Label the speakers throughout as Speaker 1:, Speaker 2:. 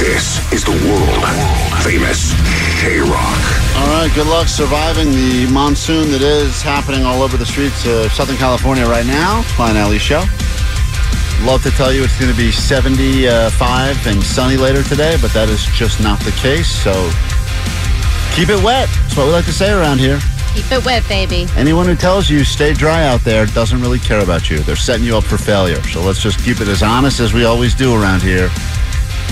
Speaker 1: This is the world famous K Rock.
Speaker 2: All right, good luck surviving the monsoon that is happening all over the streets of Southern California right now. Klein Alley Show. Love to tell you it's going to be 75 and sunny later today, but that is just not the case. So keep it wet. That's what we like to say around here.
Speaker 3: Keep it wet, baby.
Speaker 2: Anyone who tells you stay dry out there doesn't really care about you. They're setting you up for failure. So let's just keep it as honest as we always do around here.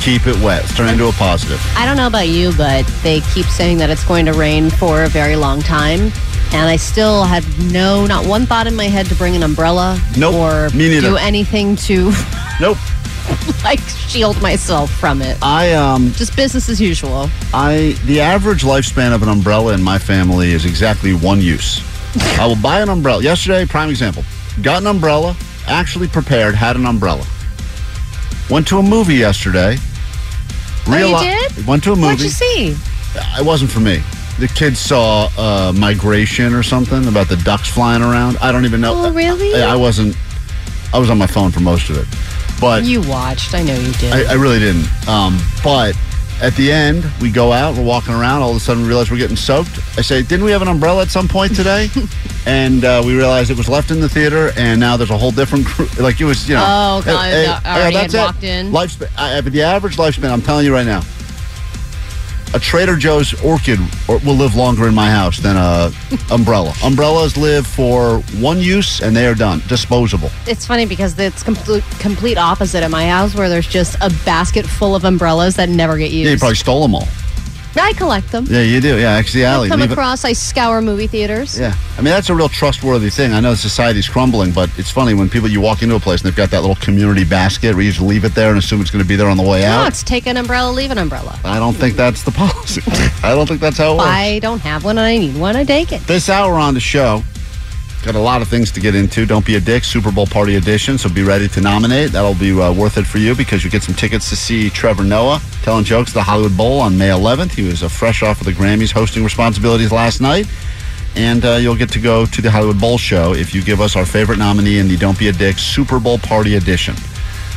Speaker 2: Keep it wet. Let's turn into a positive.
Speaker 3: I don't know about you, but they keep saying that it's going to rain for a very long time. And I still had no, not one thought in my head to bring an umbrella
Speaker 2: Nope,
Speaker 3: or
Speaker 2: me neither.
Speaker 3: do anything to
Speaker 2: Nope.
Speaker 3: like shield myself from it.
Speaker 2: I um
Speaker 3: Just business as usual.
Speaker 2: I the average lifespan of an umbrella in my family is exactly one use. I will buy an umbrella. Yesterday, prime example. Got an umbrella, actually prepared, had an umbrella. Went to a movie yesterday.
Speaker 3: Oh, you
Speaker 2: Reali-
Speaker 3: did?
Speaker 2: Went to a movie.
Speaker 3: What'd you see?
Speaker 2: It wasn't for me. The kids saw uh, Migration or something about the ducks flying around. I don't even know.
Speaker 3: Oh, really?
Speaker 2: I, I wasn't. I was on my phone for most of it, but
Speaker 3: You watched. I know you did.
Speaker 2: I, I really didn't. Um, but at the end, we go out, we're walking around. All of a sudden, we realize we're getting soaked. I say, "Didn't we have an umbrella at some point today?" and uh, we realized it was left in the theater, and now there's a whole different crew. Like it was, you know.
Speaker 3: Oh, God,
Speaker 2: hey,
Speaker 3: I
Speaker 2: hey,
Speaker 3: already had
Speaker 2: that's it.
Speaker 3: walked in.
Speaker 2: Lifespan. I, I- but the average lifespan, I'm telling you right now, a Trader Joe's orchid or, will live longer in my house than a umbrella. Umbrellas live for one use, and they are done, disposable.
Speaker 3: it's funny because it's complete complete opposite at my house, where there's just a basket full of umbrellas that never get used.
Speaker 2: Yeah, you probably stole them all.
Speaker 3: I collect them.
Speaker 2: Yeah, you do. Yeah, actually,
Speaker 3: I
Speaker 2: alley.
Speaker 3: come
Speaker 2: leave it-
Speaker 3: across. I scour movie theaters.
Speaker 2: Yeah, I mean that's a real trustworthy thing. I know society's crumbling, but it's funny when people you walk into a place and they've got that little community basket where you just leave it there and assume it's going to be there on the way
Speaker 3: No,
Speaker 2: out.
Speaker 3: it's take an umbrella, leave an umbrella.
Speaker 2: I don't think that's the policy. I don't think that's how it works.
Speaker 3: I don't have one. and I need one. I take it.
Speaker 2: This hour on the show, got a lot of things to get into. Don't be a dick, Super Bowl party edition. So be ready to nominate. That'll be uh, worth it for you because you get some tickets to see Trevor Noah telling jokes at the Hollywood Bowl on May 11th. He was uh, fresh off of the Grammys hosting responsibilities last night. And uh, you'll get to go to the Hollywood Bowl show if you give us our favorite nominee in the Don't Be a Dick Super Bowl Party Edition.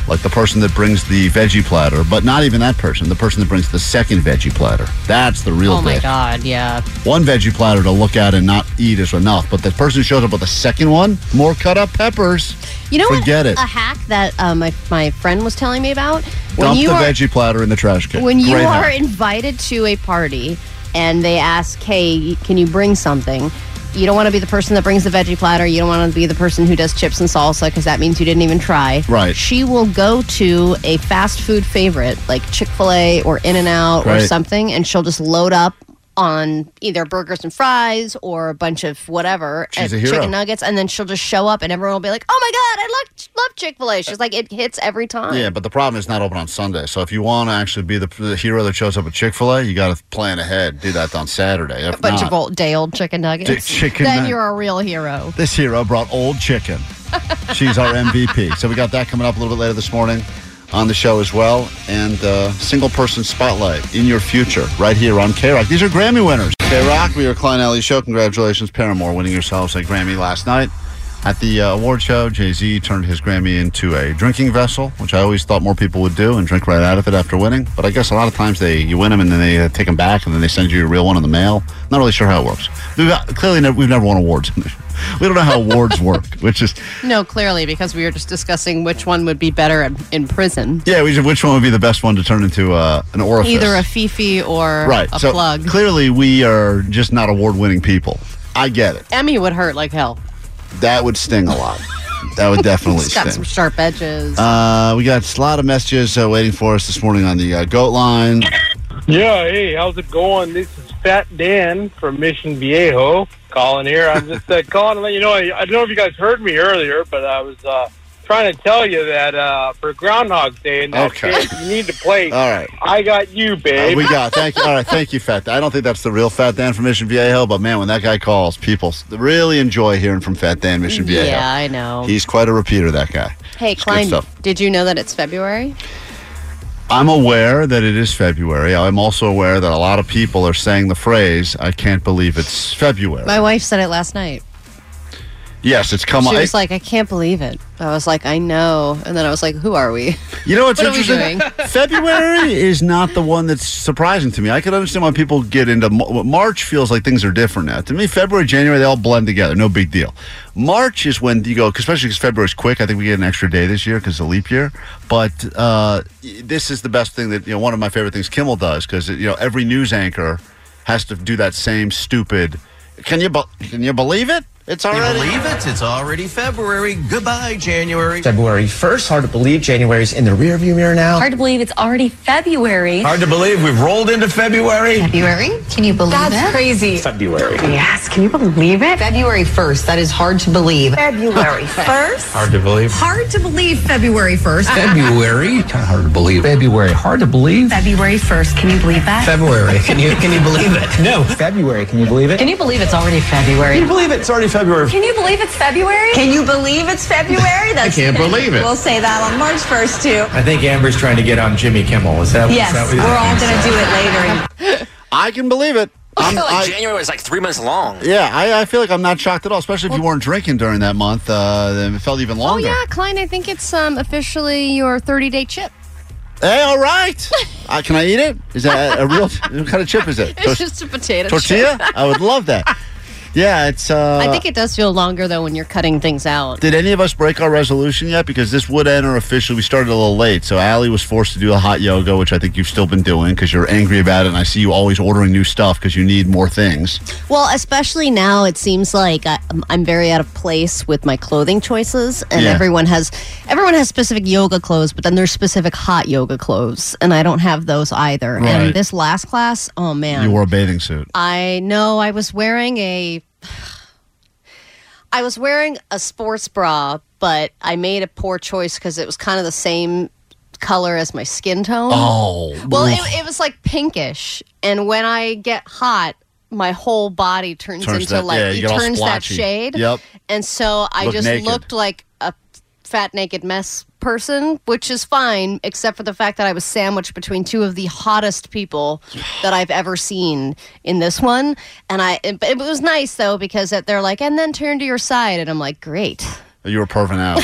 Speaker 2: Like the person that brings the veggie platter, but not even that person, the person that brings the second veggie platter. That's the real
Speaker 3: Oh my
Speaker 2: dick
Speaker 3: god. Yeah.
Speaker 2: one veggie platter to look at and not eat is enough. But the person who shows up with the second one, more cut up peppers.
Speaker 3: You know
Speaker 2: Forget
Speaker 3: what?
Speaker 2: it.
Speaker 3: A hack that uh, my my friend was telling me about.
Speaker 2: Dump the veggie platter in the trash can.
Speaker 3: When you
Speaker 2: Great
Speaker 3: are
Speaker 2: hack.
Speaker 3: invited to a party and they ask, hey, can you bring something? You don't want to be the person that brings the veggie platter. You don't want to be the person who does chips and salsa because that means you didn't even try.
Speaker 2: Right.
Speaker 3: She will go to a fast food favorite like Chick fil A or In N Out or
Speaker 2: Right.
Speaker 3: something, and she'll just load up on either burgers and fries or a bunch of whatever
Speaker 2: She's
Speaker 3: and
Speaker 2: a hero.
Speaker 3: chicken nuggets and then she'll just show up and everyone will be like oh my god i love, love chick-fil-a she's like it hits every time
Speaker 2: yeah, but the problem is not open on Sunday. So if you want to actually be the, the hero that shows up at Chick Fil A, you got to plan ahead. Do that on Saturday. If
Speaker 3: a bunch
Speaker 2: not,
Speaker 3: of old day old chicken nuggets.
Speaker 2: Di- chicken
Speaker 3: then
Speaker 2: nug-
Speaker 3: you're a real hero.
Speaker 2: This hero brought old chicken. She's our MVP. So we got that coming up a little bit later this morning on the show as well. And uh, single person spotlight in your future right here on K Rock. These are Grammy winners. K Rock, we are Klein Alley Show. Congratulations, Paramore, winning yourselves a Grammy last night. At the uh, award show, Jay Z turned his Grammy into a drinking vessel, which I always thought more people would do and drink right out of it after winning. But I guess a lot of times they you win them and then they uh, take them back and then they send you a real one in the mail. Not really sure how it works. We've, uh, clearly, never, we've never won awards. we don't know how awards work, which is
Speaker 3: No, clearly, because we were just discussing which one would be better in, in prison.
Speaker 2: yeah. We should, which one would be the best one to turn into uh, an orifice?
Speaker 3: Either a fifi or
Speaker 2: right.
Speaker 3: a
Speaker 2: so
Speaker 3: plug.
Speaker 2: clearly, we are just not award-winning people. I get it.
Speaker 3: Emmy would hurt like hell.
Speaker 2: That would sting a lot. That would definitely
Speaker 3: It's got
Speaker 2: sting.
Speaker 3: some sharp edges.
Speaker 2: Uh, we got a lot of messages uh, waiting for us this morning on the uh, goat line.
Speaker 4: Yeah, hey, how's it going? This is Fat Dan from Mission Viejo calling here. I'm just uh, calling to let you know. I, I don't know if you guys heard me earlier, but I was uh, trying to tell you that uh, for Groundhog Day and that
Speaker 2: Okay.
Speaker 4: shit, you need to play
Speaker 2: All right.
Speaker 4: I Got You,
Speaker 2: Uh,
Speaker 4: babe.
Speaker 2: we got thank you. All right, thank you, Fat. Dan. I don't think that's the real Fat Dan from Mission Viejo, but man, when that guy calls, people s- really enjoy hearing from Fat Dan Mission Viejo.
Speaker 3: yeah, I know.
Speaker 2: He's quite a repeater, that guy.
Speaker 3: hey,
Speaker 2: good
Speaker 3: Klein,
Speaker 2: stuff.
Speaker 3: did you know that it's February?
Speaker 2: I'm aware that it is February. I'm also aware that a lot of people are saying the phrase, I can't believe it's February.
Speaker 3: My wife said it last night.
Speaker 2: yes, it's come
Speaker 3: She
Speaker 2: on.
Speaker 3: was like, I can't believe it. I was like, I know. And then I was like, who are we?
Speaker 2: You know what's
Speaker 3: What are we
Speaker 2: interesting? February is not the one that's surprising to me. I could understand why people get into Mar- March. Feels like things are different now. To me, February, January, they all blend together. No big deal. March is when you go, 'cause especially because February's quick. I think we get an extra day this year because the leap year. But uh, y- this is the best thing that you know. One of my favorite things Kimmel does because you know every news anchor has to do that same stupid. Can you be- can you believe it? It's already.
Speaker 5: believe it? It's already February. Goodbye, January.
Speaker 6: February 1st. Hard to believe January's in the rearview mirror now.
Speaker 7: Hard to believe it's already February.
Speaker 5: Hard to believe we've rolled into February.
Speaker 8: February? Can you believe
Speaker 9: That's
Speaker 8: it?
Speaker 9: crazy.
Speaker 6: February.
Speaker 9: Yes, can you believe it? February 1st. That is hard to believe.
Speaker 8: February 1st.
Speaker 5: Hard to believe.
Speaker 8: Hard to believe February 1st.
Speaker 6: February. Kind of hard to believe. February. Hard to believe.
Speaker 8: February 1st. Can you believe that?
Speaker 6: February. Can you can you believe it? No. February. Can you believe it?
Speaker 9: Can you believe it's already February?
Speaker 6: you believe it? It's already February.
Speaker 7: Can you believe it's February?
Speaker 9: Can you believe it's February? That's
Speaker 5: can't
Speaker 9: the thing.
Speaker 5: believe it.
Speaker 9: We'll say that on March 1st, too.
Speaker 6: I think Amber's trying to get on Jimmy Kimmel. Is that,
Speaker 9: Yes, we're all going to do it later.
Speaker 2: I can believe it.
Speaker 10: I
Speaker 2: I'm-
Speaker 10: feel like
Speaker 2: I-
Speaker 10: January was like three months long.
Speaker 2: Yeah, I, I feel like I'm not shocked at all, especially if you weren't drinking during that month. Uh, then it felt even
Speaker 3: Oh,
Speaker 2: longer.
Speaker 3: yeah, Klein, I think it's um, officially your 30 day chip.
Speaker 2: Hey, all right. uh, can I eat it? Is that a, a real? What kind of chip is it?
Speaker 3: It's
Speaker 2: Tor-
Speaker 3: just a potato chip.
Speaker 2: tortilla? I would love that. Yeah, it's. Uh,
Speaker 3: I think it does feel longer, though, when you're cutting things out.
Speaker 2: did any of us break our resolution yet? Because this would enter officially. We started a little late, so Allie was forced to do a hot yoga, which I think you've still been doing because you're angry about it, and I see you always ordering new stuff because you need more things.
Speaker 3: Well, especially now, it seems like I, I'm very out of place with my clothing choices, and
Speaker 2: Yeah.
Speaker 3: everyone has everyone has specific yoga clothes, but then there's specific hot yoga clothes, and I don't have those either.
Speaker 2: Right.
Speaker 3: And this last class, oh man,
Speaker 2: You wore a bathing suit.
Speaker 3: I know I was wearing a I was wearing a sports bra, but I made a poor choice because it was kind of the same color as my skin tone.
Speaker 2: Oh,
Speaker 3: Well,
Speaker 2: oof.
Speaker 3: it, it was like pinkish, and when I get hot, my whole body turns,
Speaker 2: Turns
Speaker 3: into
Speaker 2: that-
Speaker 3: like
Speaker 2: yeah, you
Speaker 3: it
Speaker 2: get all
Speaker 3: turns that
Speaker 2: splotchy.
Speaker 3: shade.
Speaker 2: Yep.
Speaker 3: And so I
Speaker 2: Look
Speaker 3: just
Speaker 2: naked.
Speaker 3: looked like a fat naked mess person, which is fine, except for the fact that I was sandwiched between two of the hottest people that I've ever seen in this one. And I, it, it was nice though because that they're like, and then turn to your side, and I'm like, great.
Speaker 2: you were perfing out.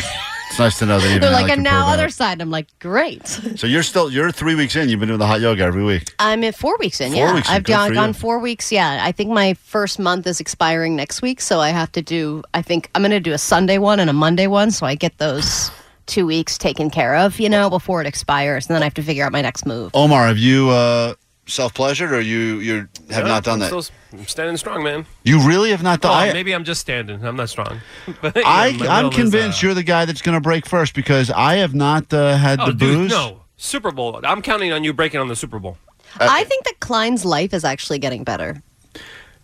Speaker 2: it's nice to know that. Even
Speaker 3: They're like,
Speaker 2: Allie can
Speaker 3: and now
Speaker 2: perv out.
Speaker 3: other side, and I'm like, great.
Speaker 2: So you're still you're three weeks in. You've been doing the hot yoga every week.
Speaker 3: I'm at four weeks in.
Speaker 2: Four
Speaker 3: yeah,
Speaker 2: weeks in,
Speaker 3: I've
Speaker 2: good for
Speaker 3: gone,
Speaker 2: you.
Speaker 3: gone four weeks. Yeah, I think my first month is expiring next week, so I have to do. I think I'm going to do a Sunday one and a Monday one, so I get those two weeks taken care of, you know, before it expires, and then I have to figure out my next move.
Speaker 2: Omar, have you uh, self pleasured or you you have not done
Speaker 11: I'm
Speaker 2: that?
Speaker 11: still s- I'm standing strong, man.
Speaker 2: you really have not done.
Speaker 11: Well,
Speaker 2: I,
Speaker 11: maybe I'm just standing. I'm not strong. But, you
Speaker 2: I
Speaker 11: know, my
Speaker 2: I'm
Speaker 11: middle is,
Speaker 2: convinced
Speaker 11: uh,
Speaker 2: you're the guy that's going to break first because I have not uh, had
Speaker 11: Oh,
Speaker 2: the
Speaker 11: dude,
Speaker 2: booze.
Speaker 11: no. Super Bowl. I'm counting on you breaking on the Super Bowl.
Speaker 3: I think that Klein's life is actually getting better.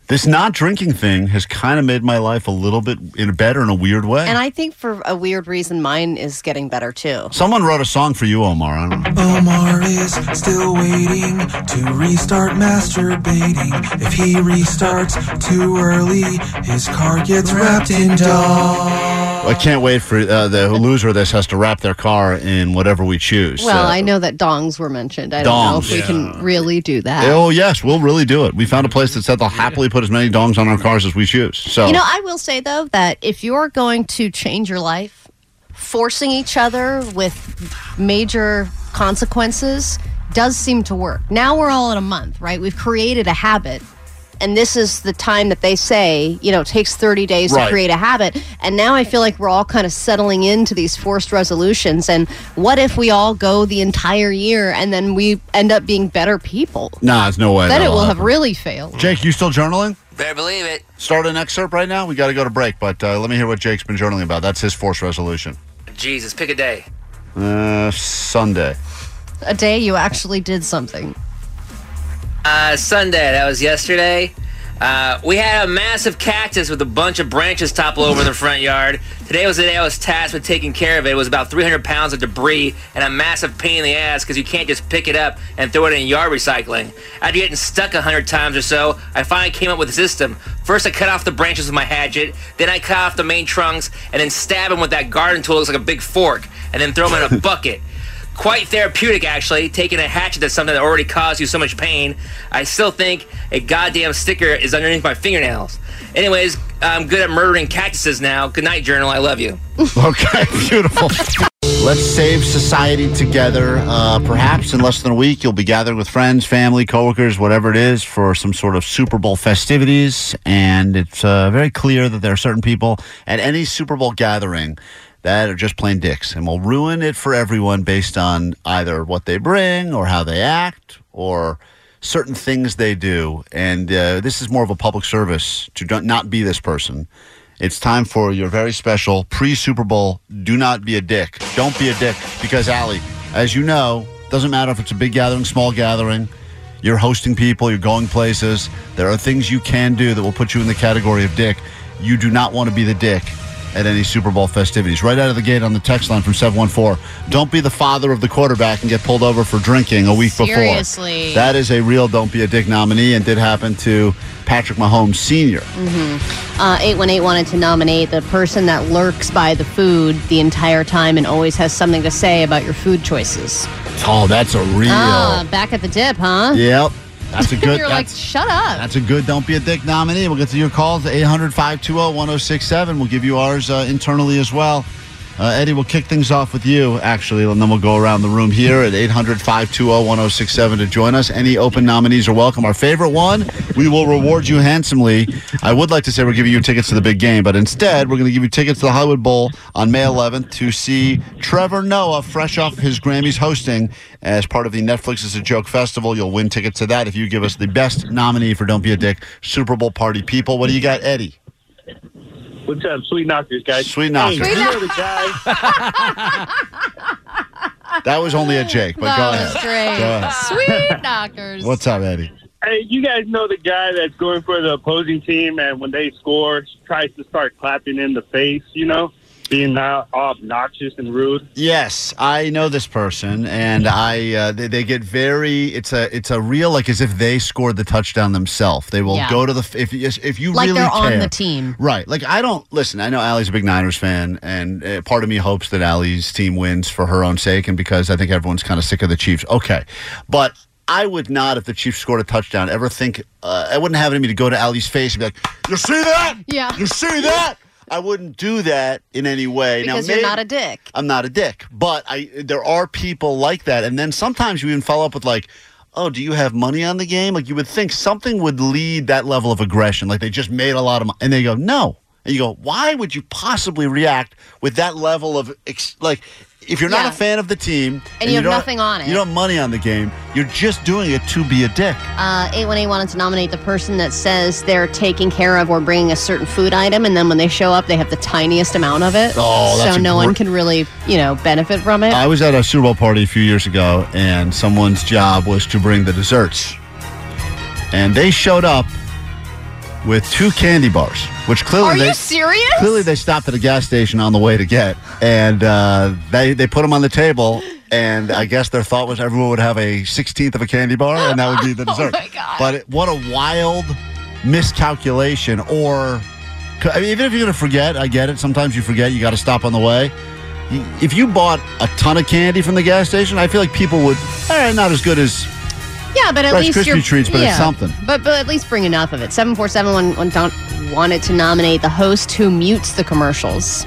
Speaker 2: This not drinking thing has kind of made my life a little bit in better in a weird way.
Speaker 3: And I think for a weird reason, mine is getting better too.
Speaker 2: Someone wrote a song for you, Omar. I don't know.
Speaker 5: Omar is still waiting to restart masturbating. If he restarts too early, his car gets wrapped in dog.
Speaker 2: I can't wait for uh, the loser of this has to wrap their car in whatever we choose.
Speaker 3: Well,
Speaker 2: Uh,
Speaker 3: I know that dongs were mentioned. I
Speaker 2: Dongs.
Speaker 3: don't know if we can really do that.
Speaker 2: Oh yes, we'll really do it. We found a place that said they'll happily put as many dongs on our cars as we choose. So
Speaker 3: You know, I will say though that if you're going to change your life, forcing each other with major consequences does seem to work. Now we're all in a month, right? We've created a habit and this is the time that they say, you know, it takes 30 days
Speaker 10: Right.
Speaker 3: to create a habit. And now I feel like we're all kind of settling into these forced resolutions. And what if we all go the entire year and then we end up being better people?
Speaker 2: Nah, there's no way.
Speaker 3: then it
Speaker 2: that'll
Speaker 3: will have
Speaker 2: happen.
Speaker 3: really failed.
Speaker 2: Jake, you still journaling?
Speaker 12: Better believe it.
Speaker 2: Start an excerpt right now. We got to go to break, but uh, let me hear what Jake's been journaling about. That's his forced resolution.
Speaker 12: Jesus, pick a day.
Speaker 2: Uh, Sunday.
Speaker 3: A day you actually did something.
Speaker 12: Uh, Sunday, that was yesterday. Uh, we had a massive cactus with a bunch of branches topple over in the front yard. Today was the day I was tasked with taking care of it. It was about 300 pounds of debris and a massive pain in the ass because you can't just pick it up and throw it in yard recycling. After getting stuck 100 times or so, I finally came up with a system. First, I cut off the branches with my hatchet, then I cut off the main trunks, and then stab them with that garden tool that looks like a big fork, and then throw them in a bucket quite therapeutic actually taking a hatchet that's something that already caused you so much pain i still think a goddamn sticker is underneath my fingernails anyways i'm good at murdering cactuses now good night journal i love you
Speaker 2: Okay, beautiful. Let's save society together. Uh, perhaps in less than a week, you'll be gathered with friends, family, coworkers, whatever it is, for some sort of Super Bowl festivities. And it's uh, very clear that there are certain people at any Super Bowl gathering that are just plain dicks and will ruin it for everyone based on either what they bring or how they act or certain things they do. And uh, this is more of a public service to don't- not be this person. It's time for your very special pre Super Bowl Do Not Be a Dick. Don't be a dick. Because, Allie, as you know, doesn't matter if it's a big gathering, small gathering, you're hosting people, you're going places. There are things you can do that will put you in the category of dick. You do not want to be the dick at any Super Bowl festivities. Right out of the gate on the text line from 714 Don't be the father of the quarterback and get pulled over for drinking a week before.
Speaker 3: Seriously.
Speaker 2: That is a real Don't Be a Dick nominee and did happen to Patrick Mahomes Sr.
Speaker 3: Mm-hmm. Uh, 818 wanted to nominate the person that lurks by the food the entire time and always has something to say about your food choices.
Speaker 2: Oh, that's a real.
Speaker 3: Ah, back at the dip, huh?
Speaker 2: Yep. That's a good.
Speaker 3: You're like,
Speaker 2: that's,
Speaker 3: shut up.
Speaker 2: that's a good. Don't be a dick nominee. We'll get to your calls at 800 520 1067. We'll give you ours uh, internally as well. Uh, Eddie, we'll kick things off with you, actually, and then we'll go around the room here at 800 520 1067 to join us. Any open nominees are welcome. Our favorite one, we will reward you handsomely. I would like to say we're giving you tickets to the big game, but instead, we're going to give you tickets to the Hollywood Bowl on May 11th to see Trevor Noah fresh off his Grammys hosting as part of the Netflix is a Joke Festival. You'll win tickets to that if you give us the best nominee for Don't Be a Dick Super Bowl Party People. What do you got, Eddie?
Speaker 4: What's up, sweet knockers, guys?
Speaker 2: Sweet knockers.
Speaker 4: Hey, you know the
Speaker 2: That was only a Jake, but go ahead. Go ahead.
Speaker 3: Sweet knockers.
Speaker 2: What's up, Eddie?
Speaker 4: Hey, you guys know the guy that's going for the opposing team, and when they score, tries to start clapping in the face. You know, being uh, obnoxious and rude.
Speaker 2: Yes, I know this person, and I uh, they, they get very. It's a it's a real like as if they scored the touchdown themselves. They will
Speaker 3: Yeah.
Speaker 2: go to the f- if yes, if you
Speaker 3: like
Speaker 2: really
Speaker 3: they're on
Speaker 2: care.
Speaker 3: the team.
Speaker 2: Right. Like, I don't listen. I know Allie's a big Niners fan, and uh, part of me hopes that Allie's team wins for her own sake and because I think everyone's kind of sick of the Chiefs. Okay. But I would not, if the Chiefs scored a touchdown, ever think, uh, I wouldn't have it in me to go to Allie's face and be like, You see that?
Speaker 3: Yeah.
Speaker 2: You see that? I wouldn't do that in any way.
Speaker 3: Because
Speaker 2: now,
Speaker 3: you're
Speaker 2: may-
Speaker 3: not a dick.
Speaker 2: I'm not a dick, but I there are people like that, and then sometimes you even follow up with like, "Oh, do you have money on the game?" Like you would think something would lead that level of aggression, like they just made a lot of money, and they go, "No," and you go, "Why would you possibly react with that level of ex- like?" If you're not
Speaker 3: Yeah.
Speaker 2: a fan of the team and,
Speaker 3: you have
Speaker 2: don't-
Speaker 3: nothing on it.
Speaker 2: you don't have money on the game, you're just doing it to be a dick.
Speaker 3: Uh, 818 wanted to nominate the person that says they're taking care of or bringing a certain food item, and then when they show up, they have the tiniest amount of it.
Speaker 2: Oh, that's
Speaker 3: so
Speaker 2: a
Speaker 3: no
Speaker 2: gr-
Speaker 3: one can really, you know, benefit from it.
Speaker 2: I was at a Super Bowl party a few years ago, and someone's job was to bring the desserts. And they showed up with two candy bars, which clearly
Speaker 3: Are
Speaker 2: they
Speaker 3: you serious?
Speaker 2: clearly they stopped at a gas station on the way to get, and uh, they they put them on the table. And I guess their thought was everyone would have a sixteenth of a candy bar, and that would be the
Speaker 13: Oh
Speaker 2: dessert.
Speaker 13: my God.
Speaker 2: But it, what a wild miscalculation! Or I mean, even if you're gonna forget, I get it. Sometimes you forget. You got to stop on the way. Y- If you bought a ton of candy from the gas station, I feel like people would. All right, not as good as
Speaker 3: Yeah, but at
Speaker 2: Rice
Speaker 3: least
Speaker 2: Krispie
Speaker 3: you're,
Speaker 2: treats, but it's
Speaker 3: yeah.
Speaker 2: something.
Speaker 3: But but at least bring enough of it. Seven four seven one one don't want it to nominate the host who mutes the commercials.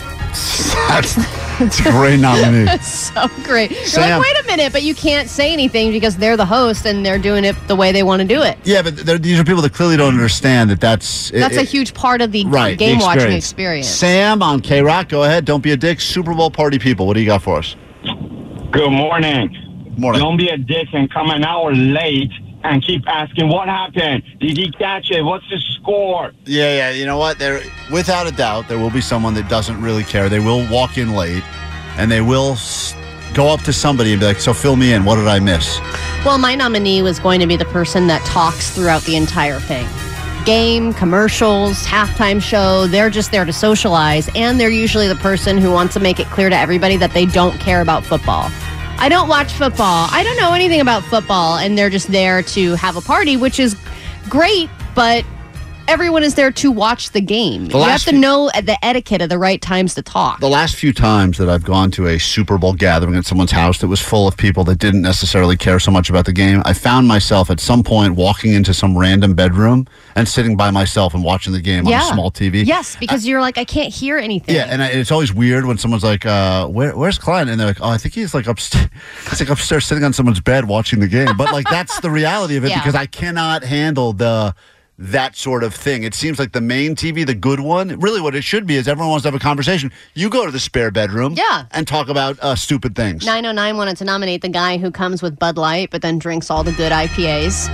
Speaker 2: That's It's a great nominee.
Speaker 3: That's so great. You're
Speaker 2: Sam.
Speaker 3: like, wait a minute, but you can't say anything because they're the host and they're doing it the way they want to do it.
Speaker 2: Yeah, but there- these are people that clearly don't understand that that's it-
Speaker 3: That's a
Speaker 2: it-
Speaker 3: huge part of the
Speaker 2: right the
Speaker 3: game watching experience.
Speaker 2: Sam on K Rock, go ahead. Don't be a dick. Super Bowl party people. What do you got for us?
Speaker 10: Good morning.
Speaker 2: Morning.
Speaker 10: Don't be a dick and come an hour late and keep asking what happened. Did he catch it? What's the score?
Speaker 2: Yeah, yeah. You know what? There, without a doubt, there will be someone that doesn't really care. They will walk in late, and they will s- go up to somebody and be like, "So fill me in. What did I miss?"
Speaker 3: Well, my nominee was going to be the person that talks throughout the entire thing. Game, commercials, halftime show, they're just there to socialize, and they're usually the person who wants to make it clear to everybody that they don't care about football. I don't watch football. I don't know anything about football, and they're just there to have a party, which is great, but everyone is there to watch the game.
Speaker 2: The
Speaker 3: you have
Speaker 2: last
Speaker 3: to know the etiquette of the right times to talk.
Speaker 2: The last few times that I've gone to a Super Bowl gathering at someone's house that was full of people that didn't necessarily care so much about the game, I found myself at some point walking into some random bedroom and sitting by myself and watching the game on a small TV.
Speaker 3: Yes, because you're like, I can't hear anything.
Speaker 2: Yeah, and I, it's always weird when someone's like, uh, where, "Where's Klein?" and they're like, "Oh, I think he's like upstairs. It's like upstairs, sitting on someone's bed watching the game." But like that's the reality of it
Speaker 13: Yeah.
Speaker 2: because I cannot handle the that sort of thing. It seems like the main TV, the good one, really what it should be is everyone wants to have a conversation. You go to the spare bedroom,
Speaker 3: Yeah.
Speaker 2: and talk about uh, stupid things.
Speaker 3: 909 wanted to nominate the guy who comes with Bud Light but then drinks all the good IPAs.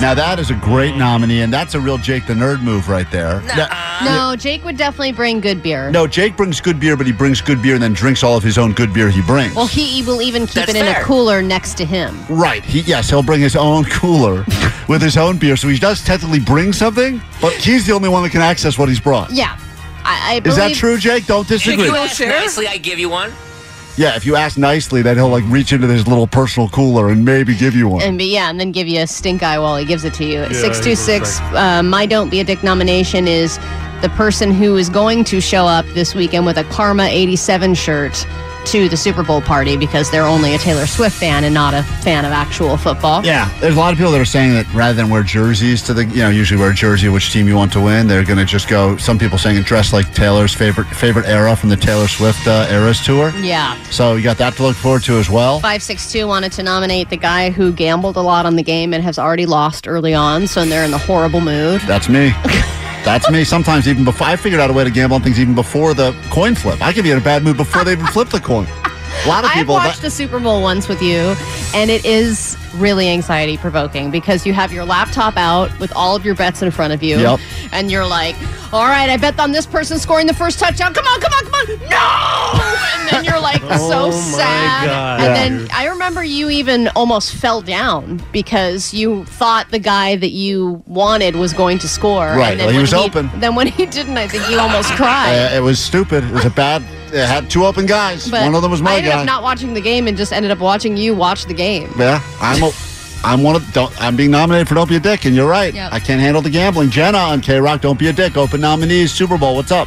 Speaker 2: Now that is a great nominee, and that's a real Jake the Nerd move right there. That-
Speaker 3: No, Jake would definitely bring good beer.
Speaker 2: no, Jake brings good beer, but he brings good beer and then drinks all of his own good beer he brings.
Speaker 3: Well, he will even keep
Speaker 2: That's
Speaker 3: it in
Speaker 2: fair.
Speaker 3: a cooler next to him.
Speaker 2: Right. He yes, he'll bring his own cooler with his own beer. So he does technically bring something, but he's the only one that can access what he's brought.
Speaker 3: Yeah. I, I
Speaker 2: Is that
Speaker 3: believe-
Speaker 2: true, Jake? Don't disagree.
Speaker 12: If you ask nicely, I give you one.
Speaker 2: Yeah, if you ask nicely, then he'll like reach into his little personal cooler and maybe give you one.
Speaker 3: And be, yeah, and then give you a stink eye while he gives it to you.
Speaker 2: he
Speaker 3: Six two six.
Speaker 2: looks
Speaker 3: uh, My don't be a dick nomination is the person who is going to show up this weekend with a Karma eighty seven shirt to the Super Bowl party because they're only a Taylor Swift fan and not a fan of actual football.
Speaker 2: yeah, there's a lot of people that are saying that rather than wear jerseys to the, you know, usually wear a jersey which team you want to win, they're going to just go. Some people saying dress like Taylor's favorite favorite era from the Taylor Swift uh, Eras tour.
Speaker 3: Yeah.
Speaker 2: So you got that to look forward to as well.
Speaker 3: 562 wanted to nominate the guy who gambled a lot on the game and has already lost early on, so they're in the horrible mood.
Speaker 2: That's me. That's me. Sometimes even before I figured out a way to gamble on things even before the coin flip. I could be in a bad mood before they even flip the coin. A lot of
Speaker 3: I've
Speaker 2: people.
Speaker 3: watched
Speaker 2: that-
Speaker 3: the Super Bowl once with you, and it is really anxiety provoking because you have your laptop out with all of your bets in front of you,
Speaker 2: Yep.
Speaker 3: and you're like, "All right, I bet on this person scoring the first touchdown. Come on, come on, come on!" No, and then you're like so
Speaker 14: Oh my
Speaker 3: sad.
Speaker 14: God.
Speaker 3: And
Speaker 14: Yeah.
Speaker 3: then I remember you even almost fell down because you thought the guy that you wanted was going to score.
Speaker 2: Right,
Speaker 3: and
Speaker 2: well, he
Speaker 3: when
Speaker 2: was open.
Speaker 3: Then when he didn't, I think you almost cried.
Speaker 2: Uh, it was stupid. It was a bad. It had two open guys.
Speaker 3: But
Speaker 2: One of them was
Speaker 3: I
Speaker 2: my
Speaker 3: ended
Speaker 2: guy.
Speaker 3: up not watching the game and just ended up watching you watch the game.
Speaker 2: yeah, I'm a. I'm one of. Don't, I'm being nominated for Don't Be a Dick, and you're right.
Speaker 3: Yep.
Speaker 2: I can't handle the gambling. Jenna on K Rock. Don't be a dick. Open nominees. Super Bowl. What's up?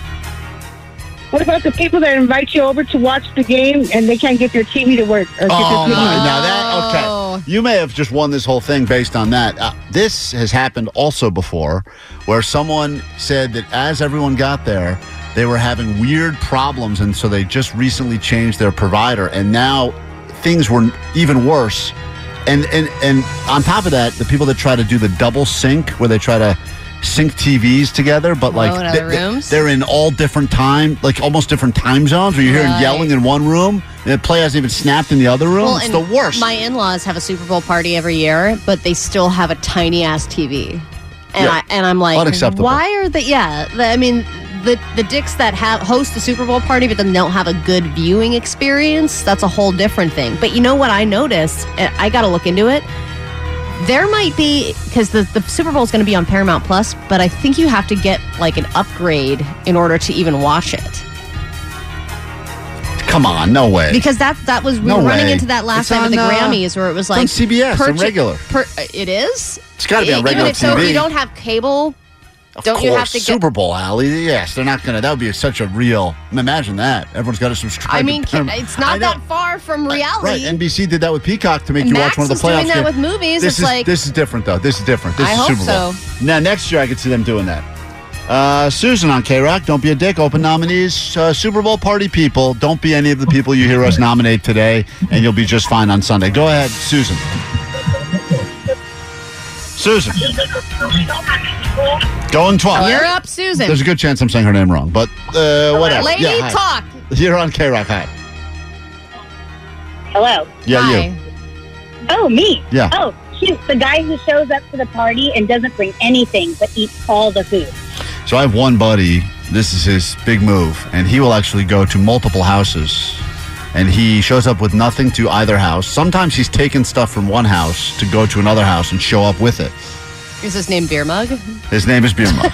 Speaker 15: What about the people that invite you over to watch the game and they can't get their TV to work? Or get
Speaker 2: Oh,
Speaker 15: their
Speaker 2: my.
Speaker 15: TV on?
Speaker 2: Now that, okay. You may have just won this whole thing based on that. Uh, this has happened also before where someone said that as everyone got there, they were having weird problems. And so they just recently changed their provider. And now things were even worse. And, and, and on top of that, the people that try to do the double sync, where they try to sync TVs together, but like
Speaker 3: Oh, in other rooms?
Speaker 2: they're in all different time, like almost different time zones. Where you're hearing
Speaker 3: Right.
Speaker 2: yelling in one room, and the play hasn't even snapped in the other room. it's
Speaker 3: and
Speaker 2: the worst.
Speaker 3: My in-laws have a Super Bowl party every year, but they still have a tiny ass TV, and
Speaker 2: Yeah.
Speaker 3: I and I'm like,
Speaker 2: Unacceptable.
Speaker 3: why are they? Yeah, the, I mean, the the dicks that have host the Super Bowl party, but then don't have a good viewing experience. That's a whole different thing. But you know what I noticed? And I got to look into it. There might be because the, the Super Bowl is going to be on Paramount Plus, but I think you have to get like an upgrade in order to even watch it.
Speaker 2: Come on, no way.
Speaker 3: Because that that was we
Speaker 2: No
Speaker 3: were running
Speaker 2: way.
Speaker 3: into that last
Speaker 2: It's
Speaker 3: time at the
Speaker 2: on, uh,
Speaker 3: Grammys where it
Speaker 2: it's
Speaker 3: was
Speaker 2: on
Speaker 3: like
Speaker 2: CBS, on
Speaker 3: purchase-
Speaker 2: regular.
Speaker 3: Per, it is. E,
Speaker 2: It's gotta be on
Speaker 3: Even
Speaker 2: regular
Speaker 3: if- So if
Speaker 2: TV.
Speaker 3: you don't have cable, don't
Speaker 2: of
Speaker 3: you
Speaker 2: course,
Speaker 3: have to get?
Speaker 2: Super Bowl alley? Yes, they're not gonna. That would be such a real. Imagine that. Everyone's got to subscribe.
Speaker 3: I
Speaker 2: to
Speaker 3: mean,
Speaker 2: Paramount.
Speaker 3: it's not that far from
Speaker 2: Um, Right,
Speaker 3: reality.
Speaker 2: NBC did that with Peacock to make
Speaker 3: And
Speaker 2: you watch
Speaker 3: Max
Speaker 2: one of the
Speaker 3: was doing
Speaker 2: playoffs.
Speaker 3: that
Speaker 2: games.
Speaker 3: with movies.
Speaker 2: This
Speaker 3: It's
Speaker 2: is,
Speaker 3: like-
Speaker 2: this is different though. This is different. This
Speaker 3: I
Speaker 2: is
Speaker 3: hope
Speaker 2: Super Bowl.
Speaker 3: so.
Speaker 2: Now next year, I could see them doing that. Uh, Susan on K Rock, don't be a dick. Open nominees, uh, Super Bowl party people. Don't be any of the people you hear us nominate today, and you'll be just fine on Sunday. Go ahead, Susan. Susan, going 12.
Speaker 3: You're up, Susan.
Speaker 2: There's a good chance I'm saying her name wrong, but uh, whatever.
Speaker 3: Lady,
Speaker 2: Yeah, hi.
Speaker 3: talk.
Speaker 2: You're on K Rock. Hi.
Speaker 15: Hello.
Speaker 2: Yeah,
Speaker 15: Hi.
Speaker 2: you.
Speaker 15: Oh, me.
Speaker 2: Yeah.
Speaker 15: Oh, shoot. The guy who shows up to the party and doesn't bring anything but eats all the food.
Speaker 2: So I have one buddy. This is his big move, and he will actually go to multiple houses. And he shows up with nothing to either house. Sometimes he's taken stuff from one house to go to another house and show up with it.
Speaker 3: Is his name Beer Mug?
Speaker 2: His name is Beer Mug.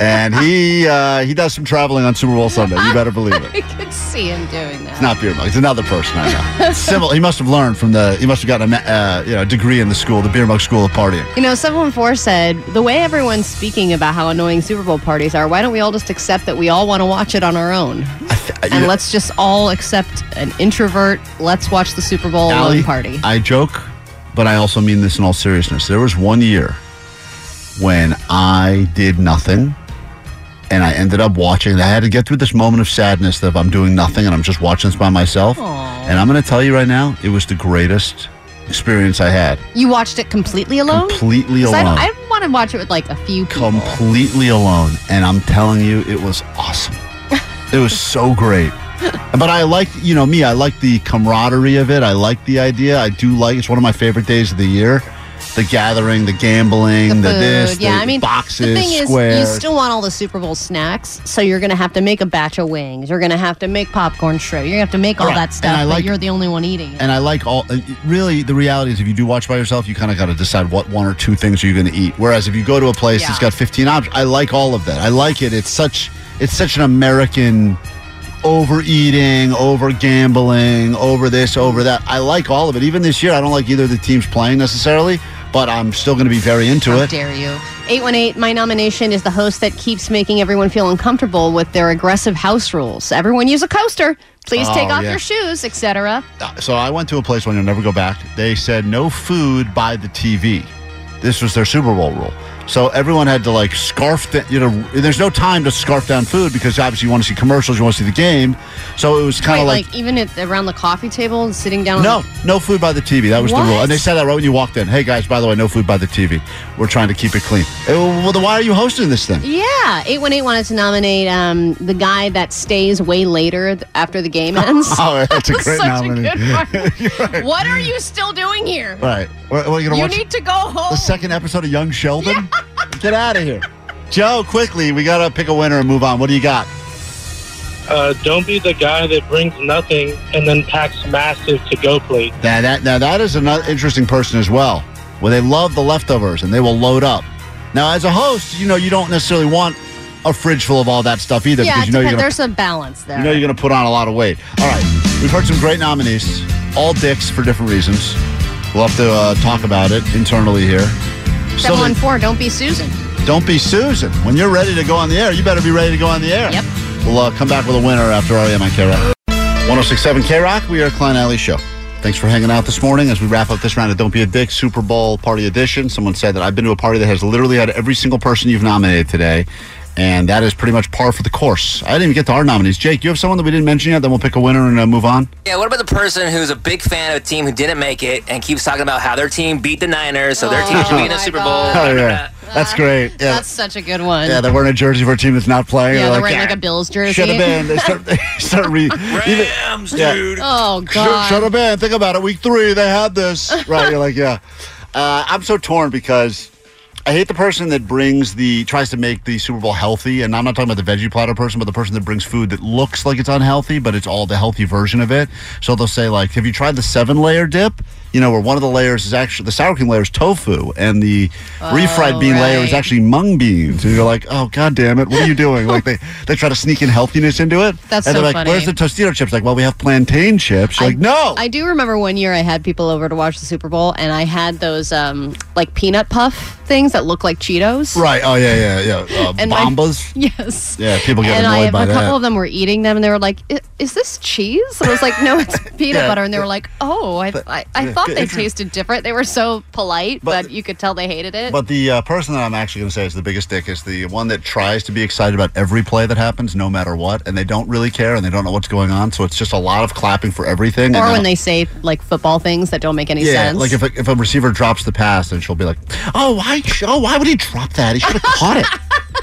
Speaker 2: and he uh, he does some traveling on Super Bowl Sunday. You better believe it.
Speaker 3: I could see him doing that.
Speaker 2: It's not Beer Mug. It's another person I know. Similar. He must have learned from the. He must have gotten a ma- uh, you know degree in the school, the Beer Mug School of Partying.
Speaker 3: You know, someone four said the way everyone's speaking about how annoying Super Bowl parties are. Why don't we all just accept that we all want to watch it on our own,
Speaker 2: uh,
Speaker 3: and let's just all accept an introvert. Let's watch the Super Bowl
Speaker 2: Allie,
Speaker 3: alone party.
Speaker 2: I joke, but I also mean this in all seriousness. There was one year when I did nothing and I ended up watching. I had to get through this moment of sadness that I'm doing nothing and I'm just watching this by myself. And I'm going to tell you right now, it was the greatest experience I had.
Speaker 3: You watched it completely alone.
Speaker 2: Completely
Speaker 3: 'Cause Oh. I,
Speaker 2: alone.
Speaker 3: I want to watch it with like a few people.
Speaker 2: Completely alone. And I'm telling you, it was awesome. it was so great. But I like, you know, me, I like the camaraderie of it. I like the idea. I do like it's one of my favorite days of the year. The gathering, the gambling, the,
Speaker 3: food.
Speaker 2: this,
Speaker 3: yeah,
Speaker 2: the
Speaker 3: I mean,
Speaker 2: boxes,
Speaker 3: the thing is,
Speaker 2: squares.
Speaker 3: you still want all the Super Bowl snacks, so you're going to have to make a batch of wings. You're going to have to make popcorn shrimp. You're going to have to make all
Speaker 2: Right.
Speaker 3: that stuff,
Speaker 2: And I
Speaker 3: but
Speaker 2: like-
Speaker 3: you're the only one eating it.
Speaker 2: and I like all. uh, Really, the reality is, if you do watch by yourself, you kind of got to decide what one or two things are you going to eat. Whereas if you go to a place that's got 15 options, I like all of that. I like it. It's such it's such an American overeating, over gambling, over this, over that. I like all of it. Even this year, I don't like either of the teams playing necessarily, but I'm still going to be very into
Speaker 3: How
Speaker 2: it.
Speaker 3: dare you? 818, my nomination is the host that keeps making everyone feel uncomfortable with their aggressive house rules. Everyone use a coaster. Please
Speaker 2: Oh,
Speaker 3: take off
Speaker 2: yeah.
Speaker 3: your shoes, etc.
Speaker 2: Uh, So I went to a place when you'll never go back. They said no food by the TV. This was their Super Bowl rule. So everyone had to like scarf, th- you know, there's no time to scarf down food because obviously you want to see commercials, you want to see the game. So it was kind
Speaker 3: Wait,
Speaker 2: of
Speaker 3: like,
Speaker 2: like,
Speaker 3: even at, around the coffee table and sitting down. on
Speaker 2: no, no food by the TV. That was
Speaker 3: What?
Speaker 2: the rule. And they said that right when you walked in. Hey guys, by the way, no food by the TV. We're trying to keep it clean. Eh, Well, then why are you hosting this thing?
Speaker 3: Yeah, eight one eight wanted to nominate um, the guy that stays way later th- after the game ends.
Speaker 2: Oh, that's a great
Speaker 3: Such
Speaker 2: nominee.
Speaker 3: A good one. What are you still doing here?
Speaker 2: All right. What, what are you going
Speaker 3: You
Speaker 2: to watch?
Speaker 3: need to go home.
Speaker 2: the second episode of Young Sheldon? Get out of here. Joe, quickly, we got to pick a winner and move on. What do you got?
Speaker 4: Uh, don't be the guy that brings nothing and then packs massive to go plate.
Speaker 2: Now, that, now that is an interesting person as well, where they love the leftovers and they will load up. Now, as a host, you know, you don't necessarily want a fridge full of all that stuff either
Speaker 3: yeah,
Speaker 2: because you know, you're gonna,
Speaker 3: depend- there's a balance there.
Speaker 2: you know you're going to put on a lot of weight. All right, we've heard some great nominees, all dicks for different reasons. We'll have to uh, talk about it internally here. Still-
Speaker 3: Seven one four. Don't be Susan.
Speaker 2: Don't be Susan. When you're ready to go on the air, you better be ready to go on the air. Yep. We'll uh, come back with a winner after E REM on K Rock. 1067 K Rock, we are Klein Alley Show. Thanks for hanging out this morning as we wrap up this round of Don't Be a Dick Super Bowl Party Edition. Someone said that I've been to a party that has literally had every single person you've nominated today, and that is pretty much par for the course. I didn't even get to our nominees. Jake, you have someone that we didn't mention yet, then we'll pick a winner and uh, move on?
Speaker 12: Yeah, what about the person who's a big fan of a team who didn't make it and keeps talking about how their team beat the Niners, so their team should be in the Super Bowl?
Speaker 2: Oh, yeah. That's great. Yeah.
Speaker 3: That's such a good one.
Speaker 2: yeah, they're wearing a jersey for a team that's not playing.
Speaker 3: Yeah,
Speaker 2: They're
Speaker 3: they're
Speaker 2: like,
Speaker 3: wearing like a Bills jersey.
Speaker 2: Should have been. They start, they start re- Rams,
Speaker 3: dude. Oh,
Speaker 2: Shut-
Speaker 3: God.
Speaker 2: Shut up, man. Think about it. Week three, they had this. Right. You're like, yeah. Uh, I'm so torn because I hate the person that brings the, tries to make the Super Bowl healthy. And I'm not talking about the veggie platter person, but the person that brings food that looks like it's unhealthy, but it's all the healthy version of it. So they'll say, like, have you tried the seven layer dip? You know, where one of the layers is actually, the sour cream layer is tofu and the
Speaker 3: Oh,
Speaker 2: refried bean layer is actually mung beans. And you're like, oh, God damn it. What are you doing? like, they, they try to sneak in healthiness into it.
Speaker 3: That's
Speaker 2: and they're
Speaker 3: so
Speaker 2: like,
Speaker 3: funny.
Speaker 2: where's the Tostito chips? Like, well, we have plantain chips. You're like, no.
Speaker 3: I do remember one year I had people over to watch the Super Bowl, and I had those um, like peanut puff things that look like Cheetos.
Speaker 2: Right. Oh yeah, yeah, yeah. Uh,
Speaker 3: And my-
Speaker 2: Bombas.
Speaker 3: Yes.
Speaker 2: yeah, people get
Speaker 3: and I,
Speaker 2: annoyed
Speaker 3: a
Speaker 2: by
Speaker 3: couple
Speaker 2: that.
Speaker 3: of them were eating them, and they were like, "I- "Is this cheese?" And I was like, "No, it's peanut
Speaker 2: Yeah.
Speaker 3: butter." And they were like, "Oh, I, I, I
Speaker 2: yeah.
Speaker 3: thought they tasted different. They were so polite, but, you could tell they hated it.
Speaker 2: But the uh, person that I'm actually going to say is the biggest dick is the one that tries to be excited about every play that happens, no matter what, and they don't really care and they don't know what's going on. So it's just a lot of clapping for everything.
Speaker 3: or
Speaker 2: and
Speaker 3: when they say like football things that don't make any
Speaker 2: yeah,
Speaker 3: sense.
Speaker 2: like if a, if a receiver drops the pass, then she'll be like, "Oh, why? Oh, why would he drop that? He should have caught it."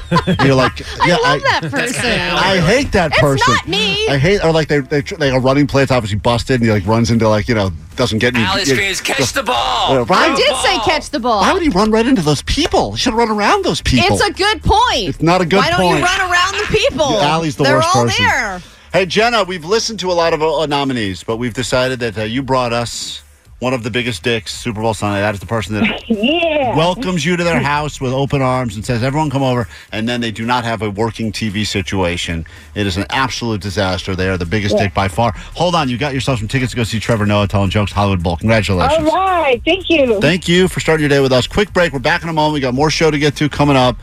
Speaker 2: And you're like,
Speaker 3: I
Speaker 2: yeah,
Speaker 3: love that person.
Speaker 2: I hate that
Speaker 3: It's
Speaker 2: person.
Speaker 3: not me.
Speaker 2: I hate, or like they, they, tr- like a running play. It's obviously busted, and he like runs into like you know doesn't get any.
Speaker 12: Allie
Speaker 2: you-
Speaker 12: screams,
Speaker 2: you-
Speaker 12: "Catch the ball!"
Speaker 10: Oh,
Speaker 2: Yeah, right?
Speaker 3: I did say catch the ball.
Speaker 2: Oh, Why would he run right into those people? He should have run around those people.
Speaker 3: It's a good point.
Speaker 2: It's not a good
Speaker 3: Why don't
Speaker 2: point.
Speaker 3: you run around the people?
Speaker 2: Yeah, Allie's the
Speaker 3: They're
Speaker 2: worst
Speaker 3: all
Speaker 2: person.
Speaker 3: there.
Speaker 2: Hey Jenna, we've listened to a lot of uh, nominees, but we've decided that uh, you brought us one of the biggest dicks Super Bowl Sunday. That is the person that
Speaker 15: Yeah.
Speaker 2: welcomes you to their house with open arms and says, "Everyone come over," and then they do not have a working TV situation. It is an absolute disaster. They are the biggest
Speaker 15: Yeah.
Speaker 2: dick by far. Hold on, you got yourself some tickets to go see Trevor Noah telling jokes Hollywood Bowl. Congratulations.
Speaker 15: All
Speaker 3: Oh,
Speaker 15: right. Thank you.
Speaker 2: Thank you for starting your day with us. Quick break. We're back in a moment. We got more show to get to coming up.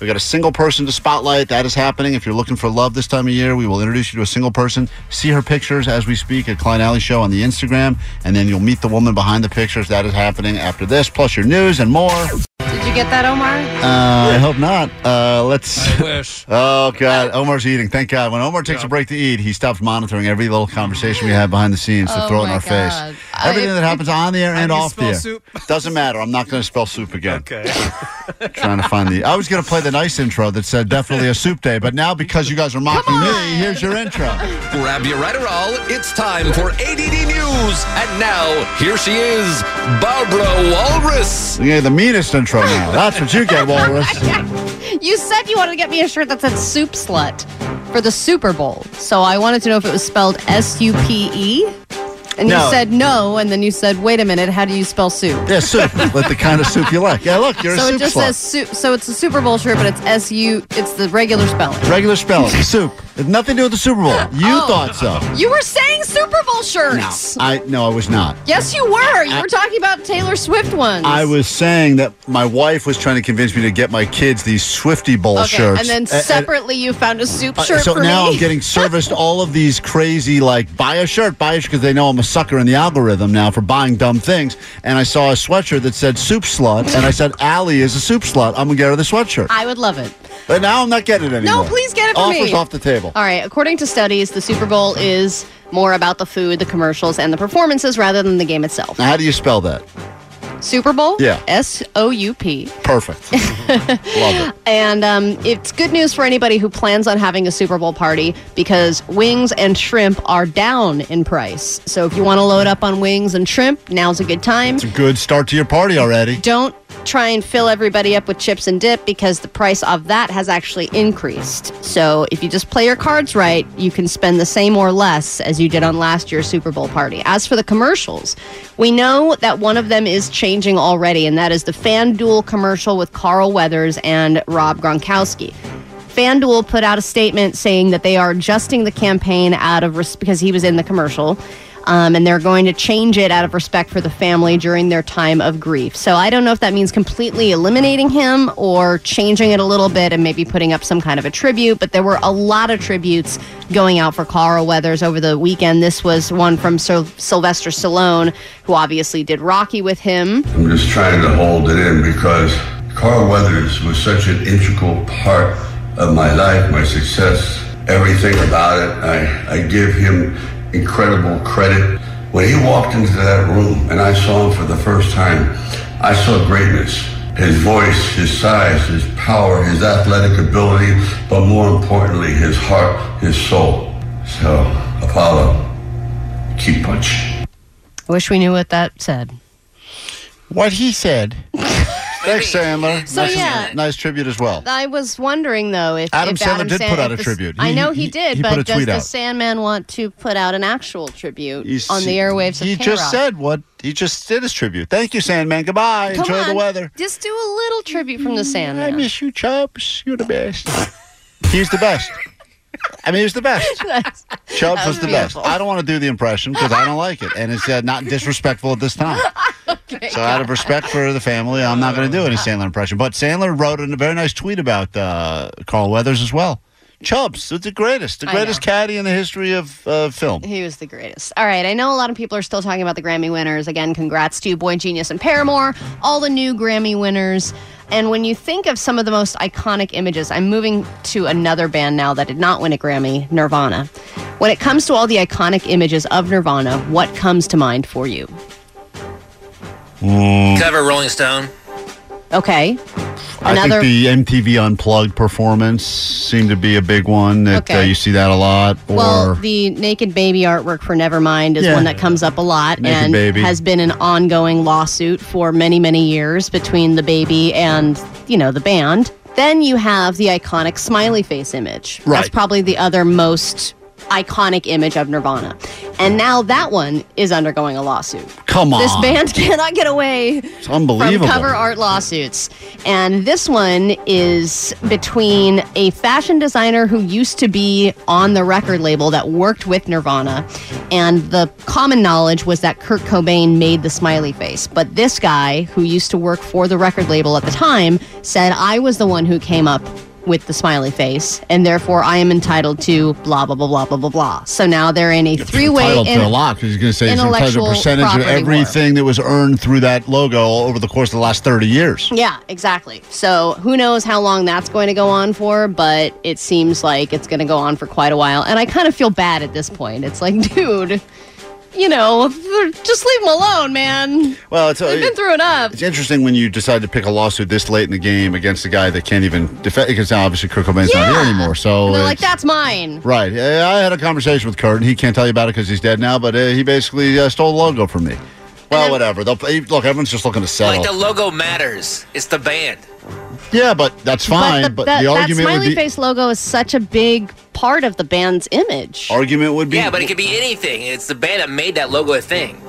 Speaker 2: We got a single person to spotlight. That is happening. If you're looking for love this time of year, we will introduce you to a single person. See her pictures as we speak at Klein Alley Show on the Instagram, and then you'll meet the woman behind the pictures. That is happening after this, plus your news and more.
Speaker 3: Did you get that, Omar?
Speaker 2: Uh, I hope not. Uh, let's. I wish. Oh God, Omar's eating. Thank God. When Omar takes a break to eat, he stops monitoring every little conversation we have behind the scenes to
Speaker 3: Oh
Speaker 2: throw in
Speaker 3: my
Speaker 2: our
Speaker 3: God.
Speaker 2: face. Everything
Speaker 3: I-
Speaker 2: that happens on the air
Speaker 3: How
Speaker 2: and
Speaker 3: do you
Speaker 2: off the
Speaker 3: spell
Speaker 2: air
Speaker 3: soup?
Speaker 2: doesn't matter. I'm not going to spell soup again.
Speaker 11: Okay.
Speaker 2: Trying to find the. I was going to play the nice intro that said definitely a soup day, but now because you guys are mocking me, here's your intro.
Speaker 13: Grab your Adderall. It's time for ADD News. And now, here she is, Barbara Walrus.
Speaker 2: Yeah, the meanest intro now. That's what you get, Walrus.
Speaker 3: You said you wanted to get me a shirt that said soup slut for the Super Bowl. So I wanted to know if it was spelled S U P E. And
Speaker 2: No.
Speaker 3: you said no, and then you said, wait a minute, how do you spell soup?
Speaker 2: Yeah, soup. With the kind of soup you like. Yeah, look, you're
Speaker 3: so
Speaker 2: a
Speaker 3: it
Speaker 2: soup
Speaker 3: just
Speaker 2: slut.
Speaker 3: says soup. So it's a Super Bowl shirt, but it's S U. It's the regular spelling.
Speaker 2: Regular spelling, soup. It's nothing to do with the Super Bowl. You
Speaker 3: Oh.
Speaker 2: thought so.
Speaker 3: You were saying Super Bowl
Speaker 2: No,
Speaker 3: shirts.
Speaker 2: I no, I was not.
Speaker 3: Yes, you were. You
Speaker 2: I-
Speaker 3: were talking about Taylor Swift ones.
Speaker 2: I was saying that my wife was trying to convince me to get my kids these Swifty Bowl
Speaker 3: okay,
Speaker 2: shirts.
Speaker 3: and then
Speaker 2: A- and-
Speaker 3: separately you found a soup
Speaker 2: Uh,
Speaker 3: shirt
Speaker 2: so
Speaker 3: for
Speaker 2: now
Speaker 3: me.
Speaker 2: I'm getting serviced all of these crazy like buy a shirt, buy a shirt because they know I'm a sucker in the algorithm now for buying dumb things. And I saw a sweatshirt that said soup slut, and I said Allie is a soup slut. I'm gonna get her the sweatshirt.
Speaker 3: I would love it.
Speaker 2: but now I'm not getting it anymore.
Speaker 3: No, please get it for
Speaker 2: Offers
Speaker 3: me.
Speaker 2: off the table.
Speaker 3: All right. According to studies, the Super Bowl is more about the food, the commercials, and the performances rather than the game itself.
Speaker 2: Now, how do you spell that?
Speaker 3: Super Bowl?
Speaker 2: Yeah.
Speaker 3: S O U P.
Speaker 2: Perfect. Love it.
Speaker 3: And um, it's good news for anybody who plans on having a Super Bowl party because wings and shrimp are down in price. So if you want to load up on wings and shrimp, now's a good time.
Speaker 2: It's a good start to your party already.
Speaker 3: Don't try and fill everybody up with chips and dip because the price of that has actually increased. So if you just play your cards right, you can spend the same or less as you did on last year's Super Bowl party. As for the commercials, we know that one of them is changing already, and that is the FanDuel commercial with Carl Weathers and Rob Gronkowski. FanDuel put out a statement saying that they are adjusting the campaign out of res- because he was in the commercial, um, and they're going to change it out of respect for the family during their time of grief. So I don't know if that means completely eliminating him or changing it a little bit and maybe putting up some kind of a tribute. But there were a lot of tributes going out for Carl Weathers over the weekend. This was one from Syl- Sylvester Stallone, who obviously did Rocky with him.
Speaker 14: I'm just trying to hold it in because Carl Weathers was such an integral part of my life, my success, everything about it. I, I give him incredible credit. When he walked into that room and I saw him for the first time, I saw greatness. His voice, his size, his power, his athletic ability, but more importantly, his heart, his soul. So, Apollo, keep
Speaker 3: I
Speaker 14: punching.
Speaker 3: wish we knew what that said.
Speaker 2: What he said. Thanks, Sandler.
Speaker 3: So,
Speaker 2: nice,
Speaker 3: yeah.
Speaker 2: nice tribute as well.
Speaker 3: I was wondering though if
Speaker 2: Adam
Speaker 3: if
Speaker 2: Sandler
Speaker 3: Adam
Speaker 2: did
Speaker 3: Sand-
Speaker 2: put out
Speaker 3: if
Speaker 2: a
Speaker 3: the-
Speaker 2: tribute.
Speaker 3: I
Speaker 2: He-
Speaker 3: know he,
Speaker 2: he-
Speaker 3: did,
Speaker 2: he put a
Speaker 3: but does
Speaker 2: tweet
Speaker 3: the
Speaker 2: out.
Speaker 3: Sandman want to put out an actual tribute
Speaker 2: You
Speaker 3: on the
Speaker 2: see-
Speaker 3: airwaves?
Speaker 2: He
Speaker 3: of
Speaker 2: just
Speaker 3: K-Rock?
Speaker 2: said what he just did his tribute. Thank you, Sandman. Goodbye.
Speaker 3: Come
Speaker 2: Enjoy the
Speaker 3: on,
Speaker 2: weather.
Speaker 3: Just do a little tribute from the Sandman.
Speaker 2: I miss you, Chubbs. You're the best. He's the best. I mean, he was the best.
Speaker 3: That's-
Speaker 2: Chubbs
Speaker 3: that
Speaker 2: was the
Speaker 3: beautiful.
Speaker 2: best. I don't want to do the impression because I don't like it, and it's uh, not disrespectful at this time. So, out of respect for the family, I'm not going to do any Sandler impression. But Sandler wrote a very nice tweet about uh, Carl Weathers as well. Chubbs. It's the greatest. The
Speaker 3: I
Speaker 2: greatest caddy in the history of uh, film.
Speaker 3: He was the greatest. All right, I know a lot of people are still talking about the Grammy winners. Again, congrats to Boy Genius and Paramore, all the new Grammy winners. And when you think of some of the most iconic images, I'm moving to another band now that did not win a Grammy, Nirvana. When it comes to all the iconic images of Nirvana, what comes to mind for you?
Speaker 16: Cover Rolling Stone.
Speaker 3: Okay.
Speaker 2: I think the MTV Unplugged performance seemed to be a big one. That uh,
Speaker 3: Okay.
Speaker 2: you see that a lot. Or
Speaker 3: Well, the naked baby artwork for Nevermind is
Speaker 2: Yeah.
Speaker 3: one that comes up a lot
Speaker 2: Naked
Speaker 3: and
Speaker 2: Baby.
Speaker 3: has been an ongoing lawsuit for many, many years between the baby and, you know, the band. Then you have the iconic smiley face image. That's
Speaker 17: Right.
Speaker 3: probably the other most iconic image of Nirvana. And now that one is undergoing a lawsuit.
Speaker 2: Come
Speaker 3: This
Speaker 2: on.
Speaker 3: band cannot get away
Speaker 2: it's unbelievable.
Speaker 3: from cover art lawsuits. And this one is between a fashion designer who used to be on the record label that worked with Nirvana. And the common knowledge was that Kurt Cobain made the smiley face. But this guy, who used to work for the record label at the time, said, I was the one who came up with the smiley face and therefore I am entitled to blah blah blah blah blah blah blah. So now they're in a three-way
Speaker 2: entitled
Speaker 3: in-
Speaker 2: to a lot because he's going to say he's entitled to a
Speaker 3: intellectual
Speaker 2: percentage of
Speaker 3: property
Speaker 2: everything that was earned through that logo over the course of the last 30 years.
Speaker 3: Yeah, exactly. So who knows how long that's going to go on for, but it seems like it's going to go on for quite a while. And I kind of feel bad at this point. It's like, dude, you know, they're- just leave them alone, man.
Speaker 2: Well, it's, uh,
Speaker 3: They've been through enough.
Speaker 2: it's interesting when you decide to pick a lawsuit this late in the game against a guy that can't even defend because now obviously Kurt Cobain's not here
Speaker 3: Yeah.
Speaker 2: anymore. So
Speaker 3: And they're like,
Speaker 2: it's-
Speaker 3: that's mine.
Speaker 2: Right. Yeah, I had a conversation with Kurt, and he can't tell you about it because he's dead now, but uh, he basically uh, stole the logo from me. Well, whatever. They'll, eh, look, everyone's just looking to settle.
Speaker 16: Like the logo matters. It's the band.
Speaker 2: yeah, but that's fine. But the,
Speaker 3: that, that
Speaker 2: argument
Speaker 3: smiley
Speaker 2: would be
Speaker 3: face logo is such a big part of the band's image.
Speaker 2: argument would be
Speaker 16: Yeah, but it could be anything. It's the band that made that logo a thing.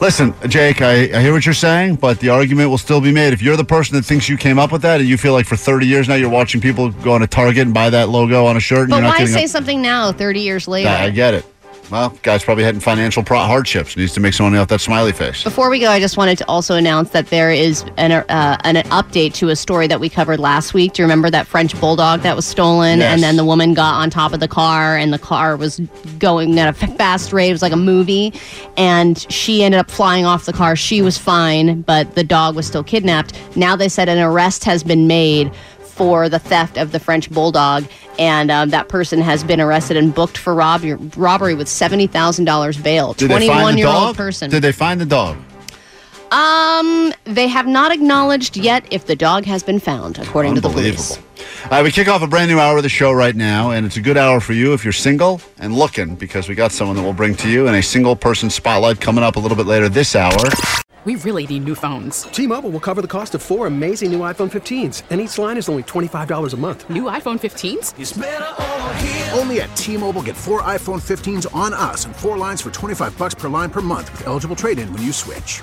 Speaker 2: Listen, Jake, I, I hear what you're saying, but the argument will still be made. If you're the person that thinks you came up with that and you feel like for 30 years now you're watching people go to Target and buy that logo on a shirt and
Speaker 3: But
Speaker 2: you're not
Speaker 3: why
Speaker 2: getting
Speaker 3: say
Speaker 2: a-
Speaker 3: something now, 30 years later?
Speaker 2: I, I get it. Well, guy's probably having financial pro- hardships. Needs to make some money off that smiley face.
Speaker 3: Before we go, I just wanted to also announce that there is an uh, an update to a story that we covered last week. Do you remember that French bulldog that was stolen,
Speaker 18: Yes.
Speaker 3: and then the woman got on top of the car, and the car was going at a f- fast rate. It was like a movie, and she ended up flying off the car. She was fine, but the dog was still kidnapped. Now they said an arrest has been made for the theft of the French bulldog. And um, that person has been arrested and booked for rob- robbery with seventy thousand dollars bail.
Speaker 2: Did they find the
Speaker 3: year old
Speaker 2: dog?
Speaker 3: person.
Speaker 2: Did they find the dog?
Speaker 3: Um, they have not acknowledged yet if the dog has been found, according to the police.
Speaker 2: All right, we kick off a brand new hour of the show right now, and it's a good hour for you if you're single and looking because we got someone that we'll bring to you in a single person spotlight coming up a little bit later this hour.
Speaker 6: We really need new phones. T-Mobile will cover the cost of four amazing new iPhone 15s, and each line is only twenty-five dollars a month. New iPhone 15s?
Speaker 19: Only at T-Mobile, get four iPhone 15s on us and four lines for 25 bucks per line per month with eligible trade-in when you switch.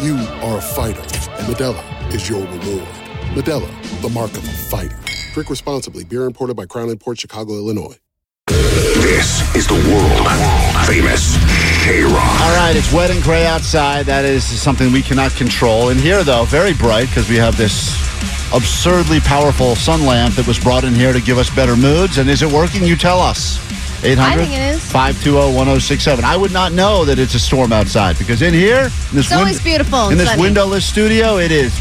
Speaker 12: You are a fighter, and Medella is your reward. Medella, the mark of a fighter. Drink responsibly, beer imported by Crown Port Chicago, Illinois.
Speaker 14: This is the world famous
Speaker 1: K Rock.
Speaker 2: All right, it's wet and gray outside. That is something we cannot control. In here, though, very bright because we have this absurdly powerful sun lamp that was brought in here to give us better moods. And is it working? You tell us. 800
Speaker 3: I think it is.
Speaker 2: 520 1067. I would not know that it's a storm outside because in here, in this,
Speaker 3: It's always beautiful and
Speaker 2: in this
Speaker 3: sunny.
Speaker 2: windowless studio, it is.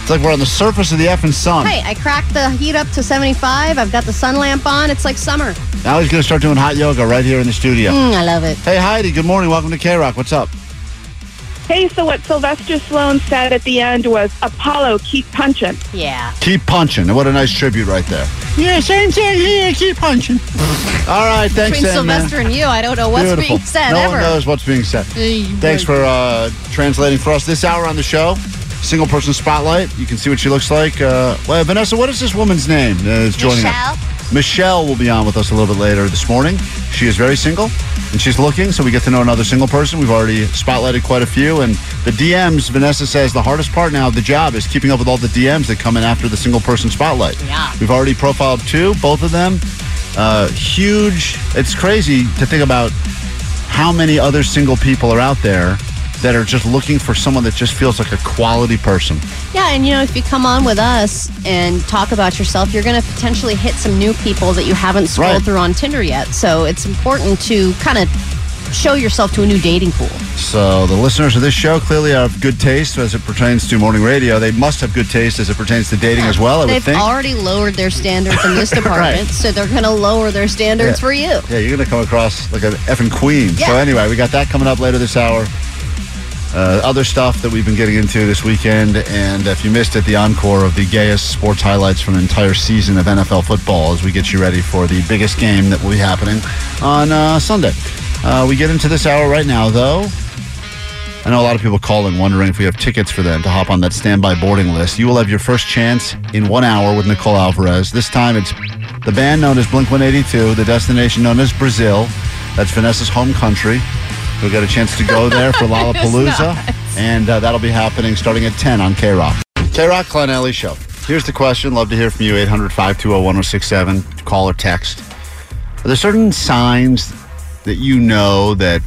Speaker 2: It's like we're on the surface of the effing sun.
Speaker 3: Hey, I cracked the heat up to 75. I've got the sun lamp on. It's like summer.
Speaker 2: Now he's going to start doing hot yoga right here in the studio.
Speaker 3: Mm, I love it.
Speaker 2: Hey, Heidi, good morning. Welcome to K Rock. What's up?
Speaker 20: Hey, so what Sylvester Sloan said at the end was Apollo, keep punching.
Speaker 3: Yeah.
Speaker 2: Keep punching. And what a nice tribute right there. Yeah, same thing here. Keep punching. All right, thanks,
Speaker 3: Between
Speaker 2: Sam, man.
Speaker 3: Sylvester and you, I don't know what's
Speaker 2: Beautiful.
Speaker 3: being said
Speaker 2: no
Speaker 3: ever.
Speaker 2: one knows what's being said.
Speaker 3: Hey,
Speaker 2: Thanks
Speaker 3: right.
Speaker 2: for uh, translating for us this hour on the show. Single person spotlight. You can see what she looks like. Uh, well, Vanessa, what is this woman's name? Uh, is joining us? Michelle will be on with us a little bit later this morning. She is very single and she's looking, so we get to know another single person. We've already spotlighted quite a few. And the DMs, Vanessa says the hardest part now of the job is keeping up with all the DMs that come in after the single person spotlight.
Speaker 21: Yeah.
Speaker 2: We've already profiled two, both of them. Uh, huge. It's crazy to think about how many other single people are out there that are just looking for someone that just feels like a quality person.
Speaker 3: Yeah, and you know, if you come on with us and talk about yourself, you're going to potentially hit some new people that you haven't scrolled
Speaker 2: Right.
Speaker 3: through on Tinder yet. So it's important to kind of show yourself to a new dating pool.
Speaker 2: So the listeners of this show clearly have good taste as it pertains to morning radio. They must have good taste as it pertains to dating as well. I would
Speaker 3: They've
Speaker 2: think.
Speaker 3: already lowered their standards in this department, so they're going to lower their standards
Speaker 2: Yeah.
Speaker 3: for you.
Speaker 2: Yeah, you're gonna come across like an effing queen. So
Speaker 3: Yeah.
Speaker 2: anyway, we got that coming up later this hour. Uh, other stuff that we've been getting into this weekend, and if you missed it, the encore of the gayest sports highlights from an entire season of NFL football as we get you ready for the biggest game that will be happening on uh, Sunday. Uh, we get into this hour right now, though. I know a lot of people call in wondering if we have tickets for them to hop on that standby boarding list. You will have your first chance in one hour with Nicole Alvarez. This time it's the band known as Blink 182, the destination known as Brazil. That's Vanessa's home country. You'll get a chance to go there for Lollapalooza. And uh, that'll be happening starting at 10 on K Rock. K Rock Clonelli Show. Here's the question. Love to hear from you 800 520 1067. Call or text. Are there certain signs that you know that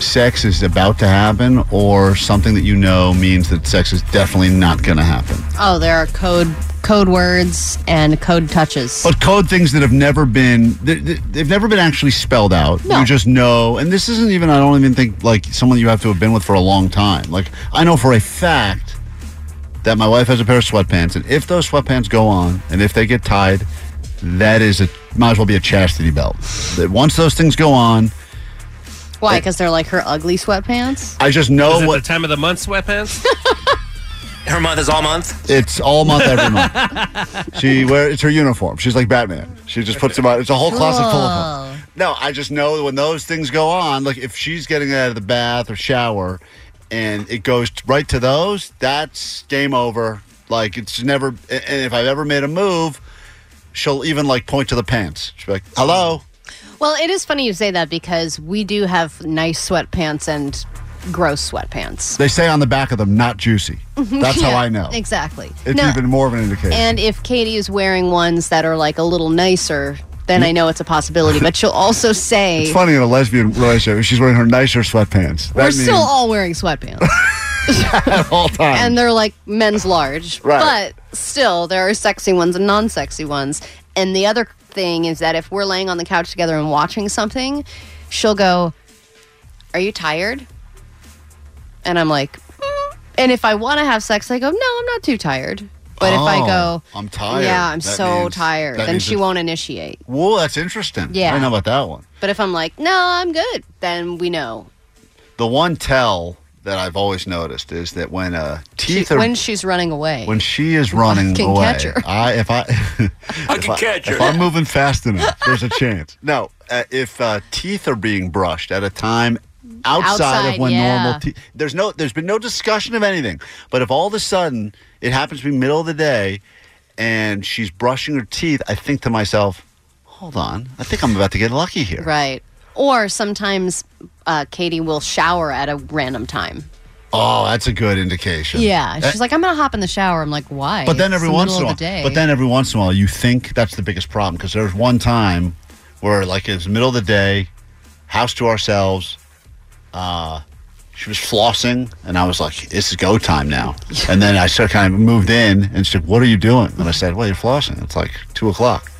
Speaker 2: sex is about to happen or something that you know means that sex is definitely not going to happen?
Speaker 3: Oh, there are code code words and code touches.
Speaker 2: But code things that have never been, they- they- they've never been actually spelled out.
Speaker 3: No.
Speaker 2: You just know. And this isn't even, I don't even think, like someone you have to have been with for a long time. Like, I know for a fact that my wife has a pair of sweatpants. And if those sweatpants go on and if they get tied, that is a, might as well be a chastity belt. That once those things go on,
Speaker 3: Why? Because they're like her ugly sweatpants.
Speaker 2: I just know
Speaker 11: Is it
Speaker 2: what.
Speaker 11: the time of the month sweatpants?
Speaker 12: Her month is all month.
Speaker 2: It's all month, every month. She wears it's her uniform. She's like Batman. She just puts them on. It's a whole closet full of them. No, I just know when those things go on, like if she's getting out of the bath or shower and it goes t- right to those, that's game over. Like it's never, and if I've ever made a move, she'll even like point to the pants. She'll be like, hello.
Speaker 3: Well, it is funny you say that because we do have nice sweatpants and gross sweatpants.
Speaker 2: They say on the back of them, not juicy. That's how
Speaker 3: Mhm. Yeah,
Speaker 2: I know.
Speaker 3: Exactly.
Speaker 2: It's
Speaker 3: No,
Speaker 2: even more of an indication.
Speaker 3: And if Katie is wearing ones that are like a little nicer, then I know it's a possibility. But she'll also say
Speaker 2: it's funny in a lesbian relationship, she's wearing her nicer sweatpants. That
Speaker 3: we're
Speaker 2: means
Speaker 3: still all wearing sweatpants,
Speaker 2: at all times.
Speaker 3: and they're like men's large.
Speaker 2: Right.
Speaker 3: But still, there are sexy ones and non-sexy ones. And the other thing is that if we're laying on the couch together and watching something, she'll go, "Are you tired?" And I'm like, "Mm." and if I want to have sex, I go, "No, I'm not too tired." But if I
Speaker 2: Oh,
Speaker 3: go,
Speaker 2: I'm tired.
Speaker 3: Yeah, I'm
Speaker 2: That
Speaker 3: so
Speaker 2: means-
Speaker 3: tired.
Speaker 2: that
Speaker 3: Then
Speaker 2: means
Speaker 3: she
Speaker 2: it's-
Speaker 3: won't initiate.
Speaker 2: Whoa, that's interesting. I
Speaker 3: Yeah.
Speaker 2: didn't know about that one.
Speaker 3: But if I'm like, no, I'm good, then we know.
Speaker 2: The one tell that I've always noticed is that when uh, teeth are
Speaker 3: when she's running away.
Speaker 2: when she is running
Speaker 3: can
Speaker 2: away,
Speaker 3: catch her.
Speaker 2: I if I if I
Speaker 3: can catch her.
Speaker 2: If I'm moving fast enough, there's a chance. No, uh, if uh, teeth are being brushed at a time outside,
Speaker 22: Outside,
Speaker 2: of when
Speaker 22: yeah.
Speaker 2: normal teeth, there's no, there's been no discussion of anything. But if all of a sudden it happens to be middle of the day, and she's brushing her teeth, I think to myself, hold on, I think I'm about to get lucky here.
Speaker 3: Right. Or sometimes uh, Katie will shower at a random time.
Speaker 2: Oh, that's a good indication.
Speaker 3: Yeah.
Speaker 2: Uh,
Speaker 3: She's like, I'm going to hop in the shower. I'm like, why?
Speaker 2: But then
Speaker 3: It's
Speaker 2: every
Speaker 3: the
Speaker 2: once in a
Speaker 3: middle
Speaker 2: while,
Speaker 3: of the day.
Speaker 2: but then every once in a while, you think that's the biggest problem because there's one time where like it's the middle of the day, house to ourselves, Uh, she was flossing, and I was like, "It's go time now." And then I sort of kind of moved in, and she said, "What are you doing?" And I said, "Well, you're flossing. It's like two o'clock."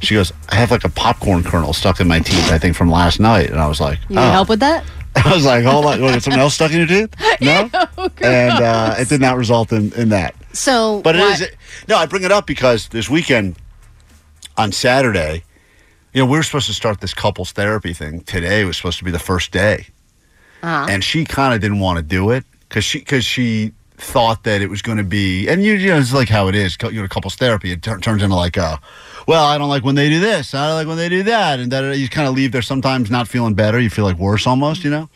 Speaker 2: She goes, "I have like a popcorn kernel stuck in my teeth. I think from last night." And I was like,
Speaker 8: You need
Speaker 2: "Oh."
Speaker 8: help with that?
Speaker 2: I was like, "Hold on, what, something else stuck in your teeth?" No.
Speaker 8: Ew,
Speaker 2: and uh,
Speaker 8: gross.
Speaker 2: it did not result in in that.
Speaker 8: so,
Speaker 2: But it
Speaker 8: why-
Speaker 2: is no. I bring it up because this weekend on Saturday, you know, we were supposed to start this couples therapy thing. Today was supposed to be the first day,
Speaker 8: Uh-huh.
Speaker 2: and she kind of didn't want to do it because she because she thought that it was going to be and you, you know it's like how it is cou- you know couples therapy it tur- turns into like a well i don't like when they do this i don't like when they do that and that you kind of leave there sometimes not feeling better you feel like worse almost you know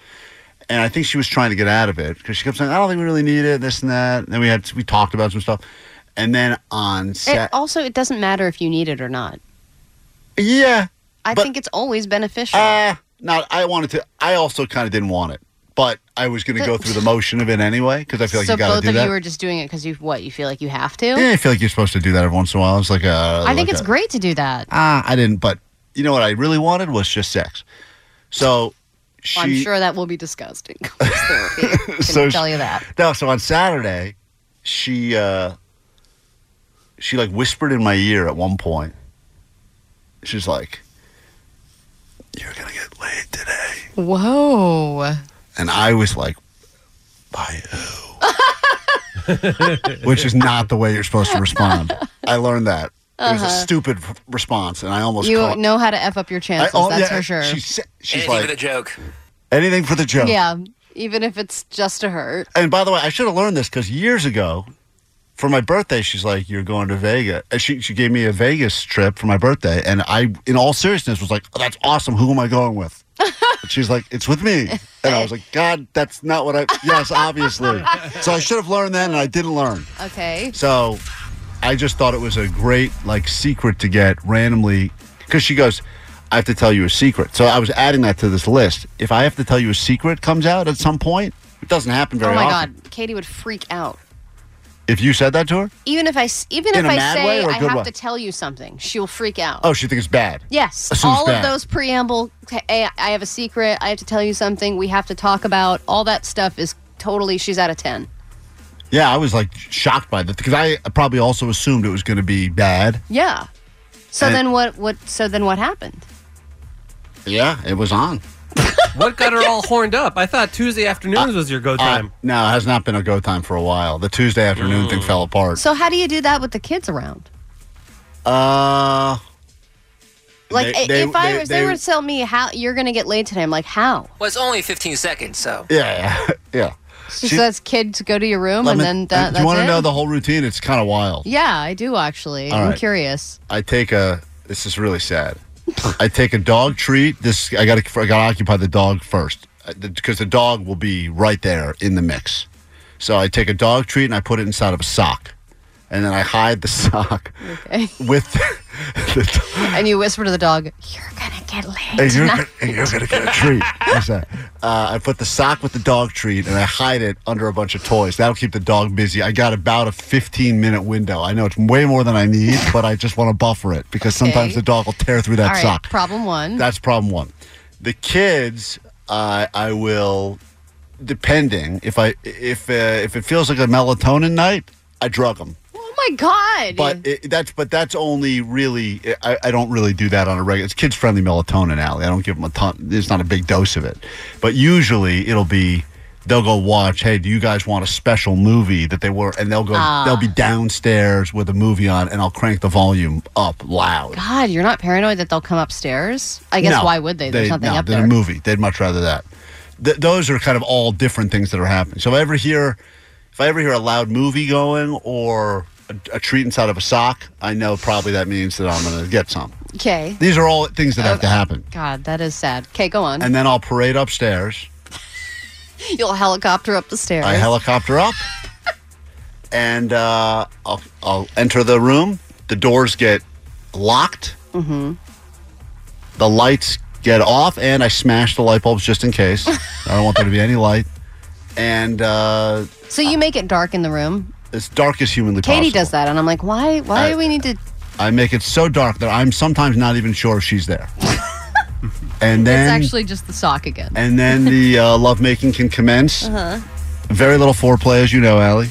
Speaker 2: and I think she was trying to get out of it because she kept saying, "I don't think we really need it, this and that." And then we had we talked about some stuff, and then on
Speaker 3: It,
Speaker 2: set,
Speaker 3: also, it doesn't matter if you need it or not.
Speaker 2: yeah,
Speaker 3: I
Speaker 2: but-
Speaker 3: think it's always beneficial.
Speaker 2: uh, not I wanted to. I also kind of didn't want it, but I was going to
Speaker 3: But-
Speaker 2: go through the motion of it anyway because I feel like
Speaker 3: so
Speaker 2: you got to
Speaker 3: both
Speaker 2: do
Speaker 3: of
Speaker 2: that.
Speaker 3: you are just doing it because you what you feel like you have to.
Speaker 2: yeah, Eh, I feel like you're supposed to do that every once in a while. It's like a.
Speaker 3: I think
Speaker 2: like
Speaker 3: it's
Speaker 2: a-
Speaker 3: great to do that.
Speaker 2: Ah, I didn't, but you know what I really wanted was just sex. So she,
Speaker 3: I'm sure that will be disgusting. Couples therapy. I Can
Speaker 2: So
Speaker 3: tell
Speaker 2: she-
Speaker 3: you that.
Speaker 2: No, so on Saturday, she uh she like whispered in my ear at one point. She's like,
Speaker 8: Whoa.
Speaker 2: and I was like, by who? Which is not the way you're supposed to respond. I learned that. It was a
Speaker 3: Uh-huh.
Speaker 2: stupid f- response, and I almost
Speaker 3: You
Speaker 2: caught.
Speaker 3: know how to f up your
Speaker 2: I-
Speaker 3: chances.
Speaker 2: oh,
Speaker 3: that's
Speaker 2: yeah,
Speaker 3: for sure.
Speaker 2: She, sa- she's
Speaker 12: Anything
Speaker 2: like
Speaker 12: for the joke.
Speaker 2: anything for the joke.
Speaker 3: Yeah, even if it's just a hurt.
Speaker 2: And by the way, I should have learned this because years ago, for my birthday, she's like, "You're going to Vegas." And she she gave me a Vegas trip for my birthday, and I, in all seriousness, was like, oh, "That's awesome. Who am I going with?" And she's like, "It's with me," and I was like, "God, that's not what I." Yes, obviously. so I should have learned then, and I didn't learn.
Speaker 3: Okay.
Speaker 2: So I just thought it was a great like secret to get randomly because she goes, I have to tell you a secret. So I was adding that to this list. If I have to tell you a secret comes out at some point, it doesn't happen very
Speaker 3: oh my
Speaker 2: often.
Speaker 3: god, Katie would freak out.
Speaker 2: If you said that to her,
Speaker 3: Even if I s- even
Speaker 2: In
Speaker 3: if
Speaker 2: a
Speaker 3: I
Speaker 2: mad way
Speaker 3: say
Speaker 2: or a
Speaker 3: I
Speaker 2: good
Speaker 3: have
Speaker 2: way?
Speaker 3: to tell you something, she'll freak out.
Speaker 2: oh, she thinks it's bad.
Speaker 3: Yes,
Speaker 2: Assumes
Speaker 3: all
Speaker 2: bad.
Speaker 3: of those preamble. Hey, I have a secret. I have to tell you something. We have to talk about all that stuff. Is totally. She's out of ten.
Speaker 2: Yeah, I was like shocked by that because I probably also assumed it was going to be bad.
Speaker 3: Yeah. So
Speaker 2: And-
Speaker 3: then what? What? So then what happened?
Speaker 2: Yeah, it was on.
Speaker 11: What got her all horned up? I thought Tuesday afternoons was your go time.
Speaker 2: Uh, no, it has not been a go time for a while. The Tuesday afternoon thing fell apart.
Speaker 3: So how do you do that with the kids around?
Speaker 2: uh,
Speaker 3: Like
Speaker 2: They-
Speaker 3: i-
Speaker 2: they-
Speaker 3: if I
Speaker 2: they-
Speaker 3: was, they,
Speaker 2: they-
Speaker 3: were to tell me how you're going to get laid today. I'm like, how?
Speaker 12: Well, it's only 15 seconds, so.
Speaker 2: yeah, yeah, yeah.
Speaker 3: She,
Speaker 2: She-
Speaker 3: says, "Kids, go to your room,"
Speaker 2: Let
Speaker 3: and
Speaker 2: me- uh,
Speaker 3: then that,
Speaker 2: do
Speaker 3: that's
Speaker 2: you want
Speaker 3: it?
Speaker 2: to know the whole routine? It's kind of wild.
Speaker 3: Yeah, I do actually.
Speaker 2: All
Speaker 3: I'm
Speaker 2: right.
Speaker 3: curious.
Speaker 2: I take a. This is really sad. I take a dog treat. This I got. to I got to occupy the dog first because the dog will be right there in the mix. So I take a dog treat and I put it inside of a sock, and then I hide the sock
Speaker 3: Okay.
Speaker 2: with the.
Speaker 3: and you whisper to the dog, "You're gonna get laid."
Speaker 2: Hey, you're,
Speaker 3: tonight."
Speaker 2: gonna, hey, you're gonna get a treat. What's that? Uh, I put the sock with the dog treat and I hide it under a bunch of toys. That'll keep the dog busy. I got about a 15 minute window. I know it's way more than I need, but I just want to buffer it because sometimes
Speaker 3: Okay.
Speaker 2: the dog will tear through
Speaker 3: All
Speaker 2: that
Speaker 3: right,
Speaker 2: sock.
Speaker 3: problem one.
Speaker 2: That's problem one. The kids, uh, I will, depending if I if uh, if it feels like a melatonin night, I drug them.
Speaker 3: oh my god!
Speaker 2: But it, that's but that's only really I, I don't really do that on a regular. It's kids friendly melatonin, Allie. I don't give them a ton. It's not a big dose of it, but usually it'll be they'll go watch. Hey, do you guys want a special movie that they were? And they'll go.
Speaker 3: Ah.
Speaker 2: They'll be downstairs with a movie on, and I'll crank the volume up loud.
Speaker 3: God, you're not paranoid that they'll come upstairs? I guess
Speaker 2: No,
Speaker 3: why would they? There's nothing
Speaker 2: no,
Speaker 3: up
Speaker 2: there's
Speaker 3: there.
Speaker 2: a movie. They'd much rather that. Th- those are kind of all different things that are happening. So if I ever hear, if I ever hear a loud movie going or a, a treat inside of a sock, I know probably that means that I'm going to get some.
Speaker 3: Okay.
Speaker 2: These are all things that have to happen.
Speaker 3: God, that is sad. Okay, go on.
Speaker 2: And then I'll parade upstairs.
Speaker 3: You'll helicopter up the stairs.
Speaker 2: I helicopter up, and uh, I'll, I'll enter the room. The doors get locked.
Speaker 3: mm-hmm.
Speaker 2: the lights get off and I smash the light bulbs just in case. I don't want there to be any light. And uh,
Speaker 3: So you make it dark in the room.
Speaker 2: as dark as humanly
Speaker 3: Katie
Speaker 2: possible.
Speaker 3: does that, and I'm like, why? Why
Speaker 2: I-
Speaker 3: do we need to?
Speaker 2: I make it so dark that I'm sometimes not even sure if she's there. And then,
Speaker 3: it's actually just the sock again.
Speaker 2: and then the uh, lovemaking can commence.
Speaker 3: Uh huh.
Speaker 2: Very little foreplay, as you know, Allie.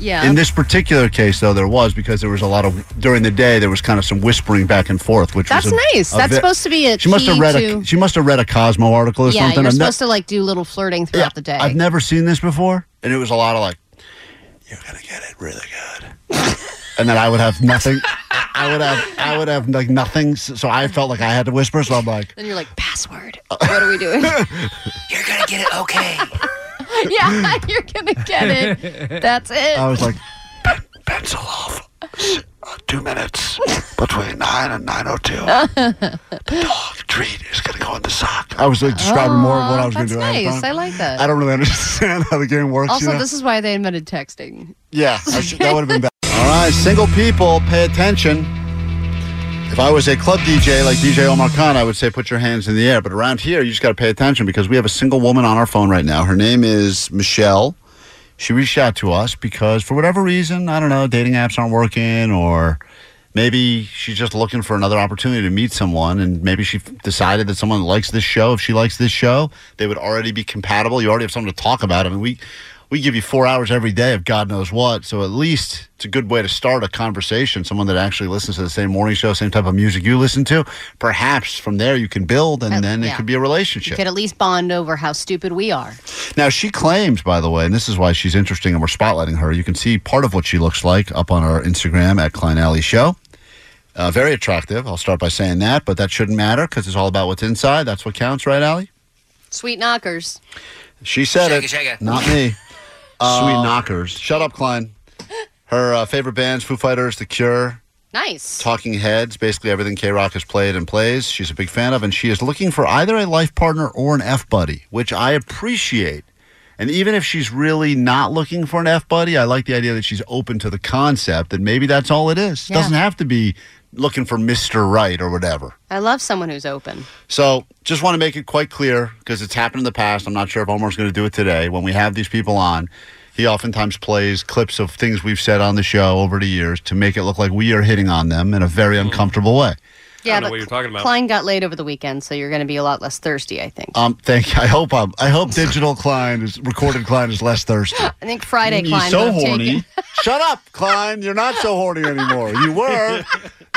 Speaker 3: Yeah.
Speaker 2: In this particular case, though, there was because there was a lot of during the day there was kind of some whispering back and forth, which
Speaker 3: That's
Speaker 2: was a-
Speaker 3: nice.
Speaker 2: a
Speaker 3: That's
Speaker 2: ve-
Speaker 3: supposed to be a
Speaker 2: She must have
Speaker 3: key
Speaker 2: read
Speaker 3: to-
Speaker 2: a she must have read a Cosmo article or
Speaker 3: yeah,
Speaker 2: something.
Speaker 3: you're
Speaker 2: I've ne-
Speaker 3: supposed to like do a little flirting throughout the day.
Speaker 2: I've never seen this before, and it was a lot of like, "You're gonna get it really good," and then I would have nothing. I would have I would have like nothing. s- So I felt like I had to whisper. So I'm like,
Speaker 3: Then you're like, password. What are we doing?
Speaker 23: you're gonna get it okay.
Speaker 3: yeah, you're gonna get it. That's it.
Speaker 2: I was like,
Speaker 24: Pencil off. Uh, Two minutes between 9 and 9.02.
Speaker 2: I was like describing more of what I was going
Speaker 3: That's
Speaker 2: to do.
Speaker 3: nice.
Speaker 2: I,
Speaker 3: I like that.
Speaker 2: I don't really understand how the game works.
Speaker 3: also,
Speaker 2: you know?
Speaker 3: this is why they invented texting.
Speaker 2: Yeah, I should, that would have been bad. All right, single people, pay attention. If I was a club DJ like DJ Omar Khan, I would say put your hands in the air. But around here, you just got to pay attention because we have a single woman on our phone right now. Her name is Michelle. She reached out to us because for whatever reason, I don't know, dating apps aren't working or maybe she's just looking for another opportunity to meet someone and maybe she f- decided that someone likes this show if she likes this show they would already be compatible you already have something to talk about i mean we we give you four hours every day of god knows what so at least it's a good way to start a conversation someone that actually listens to the same morning show same type of music you listen to perhaps from there you can build and
Speaker 3: Uh,
Speaker 2: then
Speaker 3: yeah.
Speaker 2: it could be a
Speaker 3: You
Speaker 2: relationship
Speaker 3: could at least bond over how stupid we are.
Speaker 2: now, she claims, by the way, and this is why she's interesting and we're spotlighting her. You can see part of what she looks like up on our Instagram at Klein Alley Show. Uh, very attractive. I'll start by saying that, but that shouldn't matter because it's all about what's inside. That's what counts, right, Allie?
Speaker 3: Sweet knockers.
Speaker 2: She said
Speaker 3: Shaka,
Speaker 2: it.
Speaker 3: shaka.
Speaker 2: Not me.
Speaker 3: Sweet
Speaker 2: knockers. Shut up, Klein. Her uh, favorite bands Foo Fighters, The Cure,
Speaker 3: Nice.
Speaker 2: Talking Heads, basically everything K Rock has played and plays. She's a big fan of, and she is looking for either a life partner or an F buddy, which I appreciate. And even if she's really not looking for an F buddy, I like the idea that she's open to the concept that maybe that's all it is. It
Speaker 3: Yeah.
Speaker 2: doesn't have to be looking for Mr. Right or whatever.
Speaker 3: I love someone who's open.
Speaker 2: So just want to make it quite clear because it's happened in the past. I'm not sure if Omar's going to do it today. When we have these people on, he oftentimes plays clips of things we've said on the show over the years to make it look like we are hitting on them in a very uncomfortable way.
Speaker 3: Yeah,
Speaker 2: know
Speaker 3: but
Speaker 2: what you're talking about.
Speaker 3: Klein got laid over the weekend, so you're going to be a lot less thirsty, I think.
Speaker 2: Um, thank. I hope I'm, I hope digital Klein is recorded Klein is less thirsty.
Speaker 3: I think Friday,
Speaker 2: You're
Speaker 3: Klein.
Speaker 2: so
Speaker 3: would have
Speaker 2: horny.
Speaker 3: taken-
Speaker 2: Shut up, Klein. You're not so horny anymore. You were,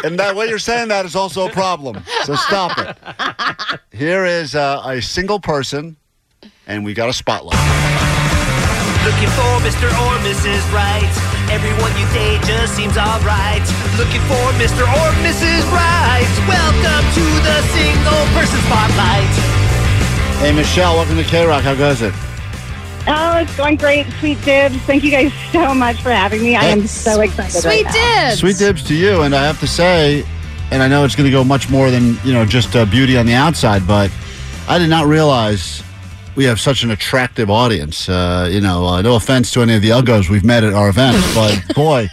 Speaker 2: and that way you're saying that is also a problem. So stop it. Here is uh, a single person, and we got a spotlight.
Speaker 12: Looking for Mr. or Mrs. Right. Everyone you date just seems alright. Looking for Mr. or Mrs. Right. Welcome to the single person spotlight.
Speaker 2: Hey Michelle, welcome to K Rock. How goes it?
Speaker 15: Oh, it's going great. Sweet dibs. Thank you guys so much for having me. I am so excited.
Speaker 3: Sweet
Speaker 15: right now.
Speaker 3: dibs.
Speaker 2: Sweet dibs to you, and I have to say, and I know it's going to go much more than you know just uh, beauty on the outside, but I did not realize we have such an attractive audience. Uh, you know, uh, no offense to any of the uggos we've met at our events, but boy.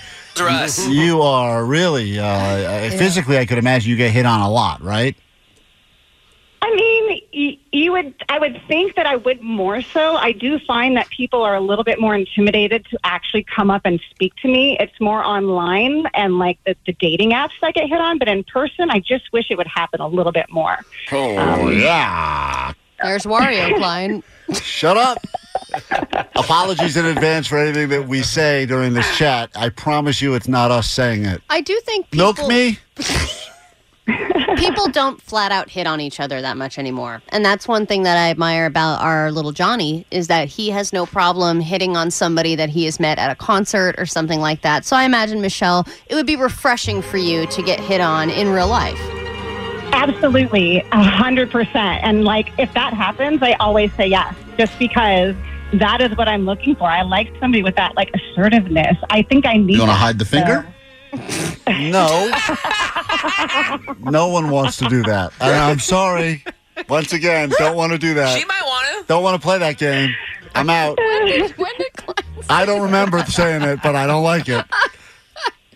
Speaker 2: You are really uh, uh physically. I could imagine you get hit on a lot, right?
Speaker 15: I mean, y- you would. I would think that I would more so. I do find that people are a little bit more intimidated to actually come up and speak to me. It's more online and like the, the dating apps I get hit on, but in person, I just wish it would happen a little bit more.
Speaker 2: Oh yeah!
Speaker 3: There's Wario Klein.
Speaker 2: Shut up. Apologies in advance for anything that we say during this chat. I promise you, it's not us saying it.
Speaker 3: I do think people,
Speaker 2: Milk me.
Speaker 3: people don't flat out hit on each other that much anymore. And that's one thing that I admire about our little Johnny is that he has no problem hitting on somebody that he has met at a concert or something like that. So I imagine, Michelle, it would be refreshing for you to get hit on in real life.
Speaker 15: Absolutely, a hundred percent. And like, if that happens, I always say yes, just because that is what I'm looking for. I like somebody with that like assertiveness. I think I need.
Speaker 2: You want to
Speaker 15: that,
Speaker 2: hide the
Speaker 15: so-
Speaker 2: finger? No. no one wants to do that. And I'm sorry. Once again, don't want to do that. She might want to. Don't want to play that game. I'm out. I don't remember saying it, but I don't like it.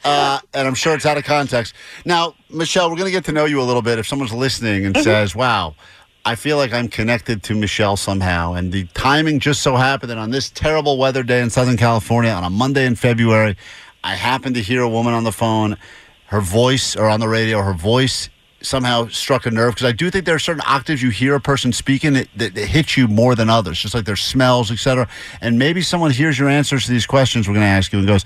Speaker 2: Uh, and I'm sure it's out of context. Now, Michelle, we're going to get to know you a little bit. If someone's listening and
Speaker 25: Mhm.
Speaker 2: says, wow, I feel like I'm connected to Michelle somehow, and the timing just so happened that on this terrible weather day in Southern California on a Monday in February, I happened to hear a woman on the phone, her voice, or on the radio, her voice somehow struck a nerve because I do think there are certain octaves you hear a person speaking that, that, that hit you more than others, just like their smells, etc. And maybe someone hears your answers to these questions we're going to ask you and goes,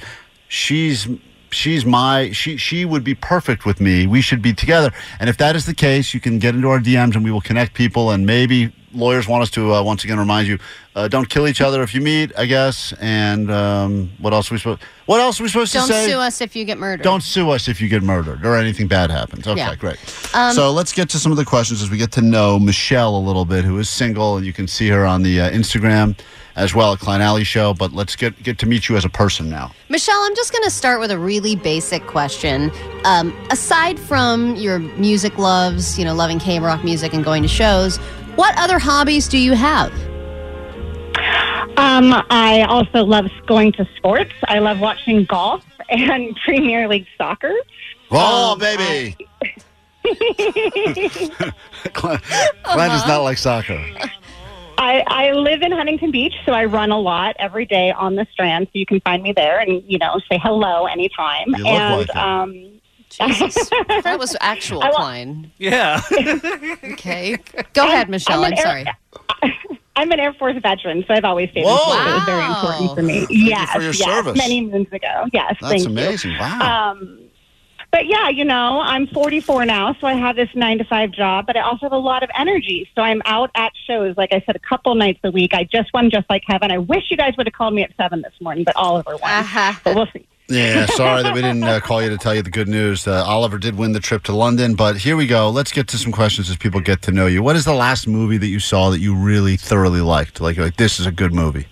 Speaker 2: "She's." She's my she she would be perfect with me. We should be together. And if that is the case, you can get into our DMs and we will connect people and maybe lawyers want us to uh, once again remind you uh, don't kill each other if you meet, I guess. And um, what else are we supposed What else are we supposed
Speaker 3: Don't
Speaker 2: to say?
Speaker 3: sue us if you get murdered.
Speaker 2: Don't sue us if you get murdered or anything bad happens. Okay,
Speaker 3: Yeah.
Speaker 2: great.
Speaker 3: Um,
Speaker 2: so let's get to some of the questions as we get to know Michelle a little bit, who is single, and you can see her on the uh, Instagram as well at Klein Alley Show. But let's get get to meet you as a person now.
Speaker 3: Michelle, I'm just going to start with a really basic question. Um, aside from your music loves, you know, loving K rock music and going to shows, what other hobbies do you have?
Speaker 15: Um, I also love going to sports. I love watching golf and Premier League soccer.
Speaker 2: Oh,
Speaker 15: Um,
Speaker 2: baby! Klein, Klein does
Speaker 15: Uh-huh.
Speaker 2: not like soccer.
Speaker 15: I, I live in Huntington Beach, so I run a lot every day on the Strand. So you can find me there, and you know, say hello anytime.
Speaker 3: You look
Speaker 15: and
Speaker 3: like it.
Speaker 15: um,
Speaker 3: Jesus. that was actual
Speaker 15: I wa-
Speaker 3: Klein.
Speaker 12: Yeah.
Speaker 3: Okay. Go ahead, Michelle. I'm,
Speaker 15: an air-
Speaker 3: sorry.
Speaker 15: I'm an Air Force veteran, so I've always stayed in
Speaker 3: Whoa.
Speaker 15: school. It was very important for me.
Speaker 3: Thank you
Speaker 15: yes,
Speaker 3: for your
Speaker 15: yes,
Speaker 3: service.
Speaker 15: many moons ago. Yes,
Speaker 2: That's
Speaker 15: thank you.
Speaker 2: amazing. Wow.
Speaker 15: Um, but yeah, you know, I'm 44 now, so I have this nine to five job, but I also have a lot of energy. So I'm out at shows, like I said, a couple nights a week. I just won Just Like Heaven. I wish you guys would have called me at seven this morning, but Oliver won.
Speaker 3: Uh-huh.
Speaker 15: But we'll see.
Speaker 2: Yeah, sorry that we didn't uh, call you to tell you the good news. Uh, Oliver did win the trip to London, but here we go. Let's get to some questions as people get to know you. What is the last movie that you saw that you really thoroughly liked? Like, you're like this is a good movie.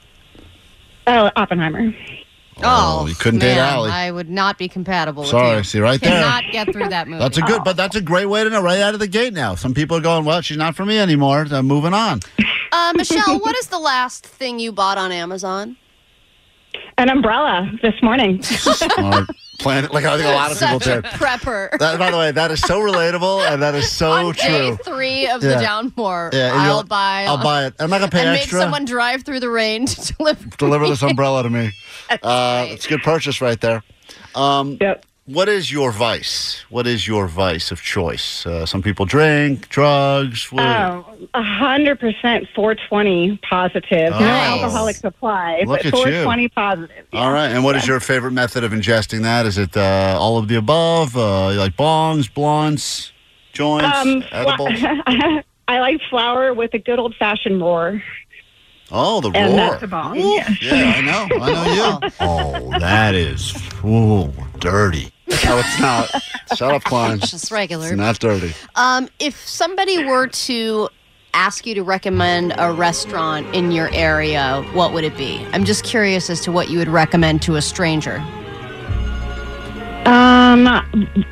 Speaker 15: Oh, Oppenheimer.
Speaker 2: Oh, you couldn't date
Speaker 3: Man,
Speaker 2: Allie.
Speaker 3: I would not be compatible with
Speaker 2: Sorry,
Speaker 3: you.
Speaker 2: see, right there.
Speaker 3: Cannot get through that movie.
Speaker 2: That's a good, but that's a great way to know right out of the gate. Now, some people are going, "Well, she's not for me anymore." I'm moving on.
Speaker 3: Uh, Michelle, what is the last thing you bought on Amazon?
Speaker 15: An umbrella this morning.
Speaker 2: Or planet, like I think a lot of people
Speaker 3: Such a
Speaker 2: did.
Speaker 3: prepper.
Speaker 2: That, by the way, that is so relatable, and that is so
Speaker 3: Day
Speaker 2: true.
Speaker 3: three of
Speaker 2: Yeah.
Speaker 3: the down pour.
Speaker 2: Yeah, and you're
Speaker 3: I'll
Speaker 2: like,
Speaker 3: buy.
Speaker 2: I'll buy it. I'm not gonna pay
Speaker 3: and
Speaker 2: extra.
Speaker 3: make someone drive through the rain to deliver.
Speaker 2: Deliver this umbrella to me. Uh, it's a good purchase right there. Um, What is your vice? What is your vice of choice? Uh, some people drink, drugs. What,
Speaker 15: Oh, 100% 420 positive.
Speaker 2: Oh.
Speaker 15: No alcoholic supply,
Speaker 2: Look
Speaker 15: but
Speaker 2: at you.
Speaker 15: 420 positive.
Speaker 2: All right. And what is your favorite method of ingesting that? Is it uh, all of the above? Uh, you like bongs, blunts, joints,
Speaker 15: fla-
Speaker 2: edibles?
Speaker 15: I like flour with a good old fashioned roar.
Speaker 2: Oh, the
Speaker 15: and
Speaker 2: roar.
Speaker 15: that's a bomb. Yeah.
Speaker 2: Yeah, I know. I know you. oh, that is ooh, dirty. No, it's not. Shut up, Klein.
Speaker 3: It's just regular.
Speaker 2: It's not dirty.
Speaker 3: Um, if somebody were to ask you to recommend a restaurant in your area, what would it be? I'm just curious as to what you would recommend to a stranger.
Speaker 15: Um,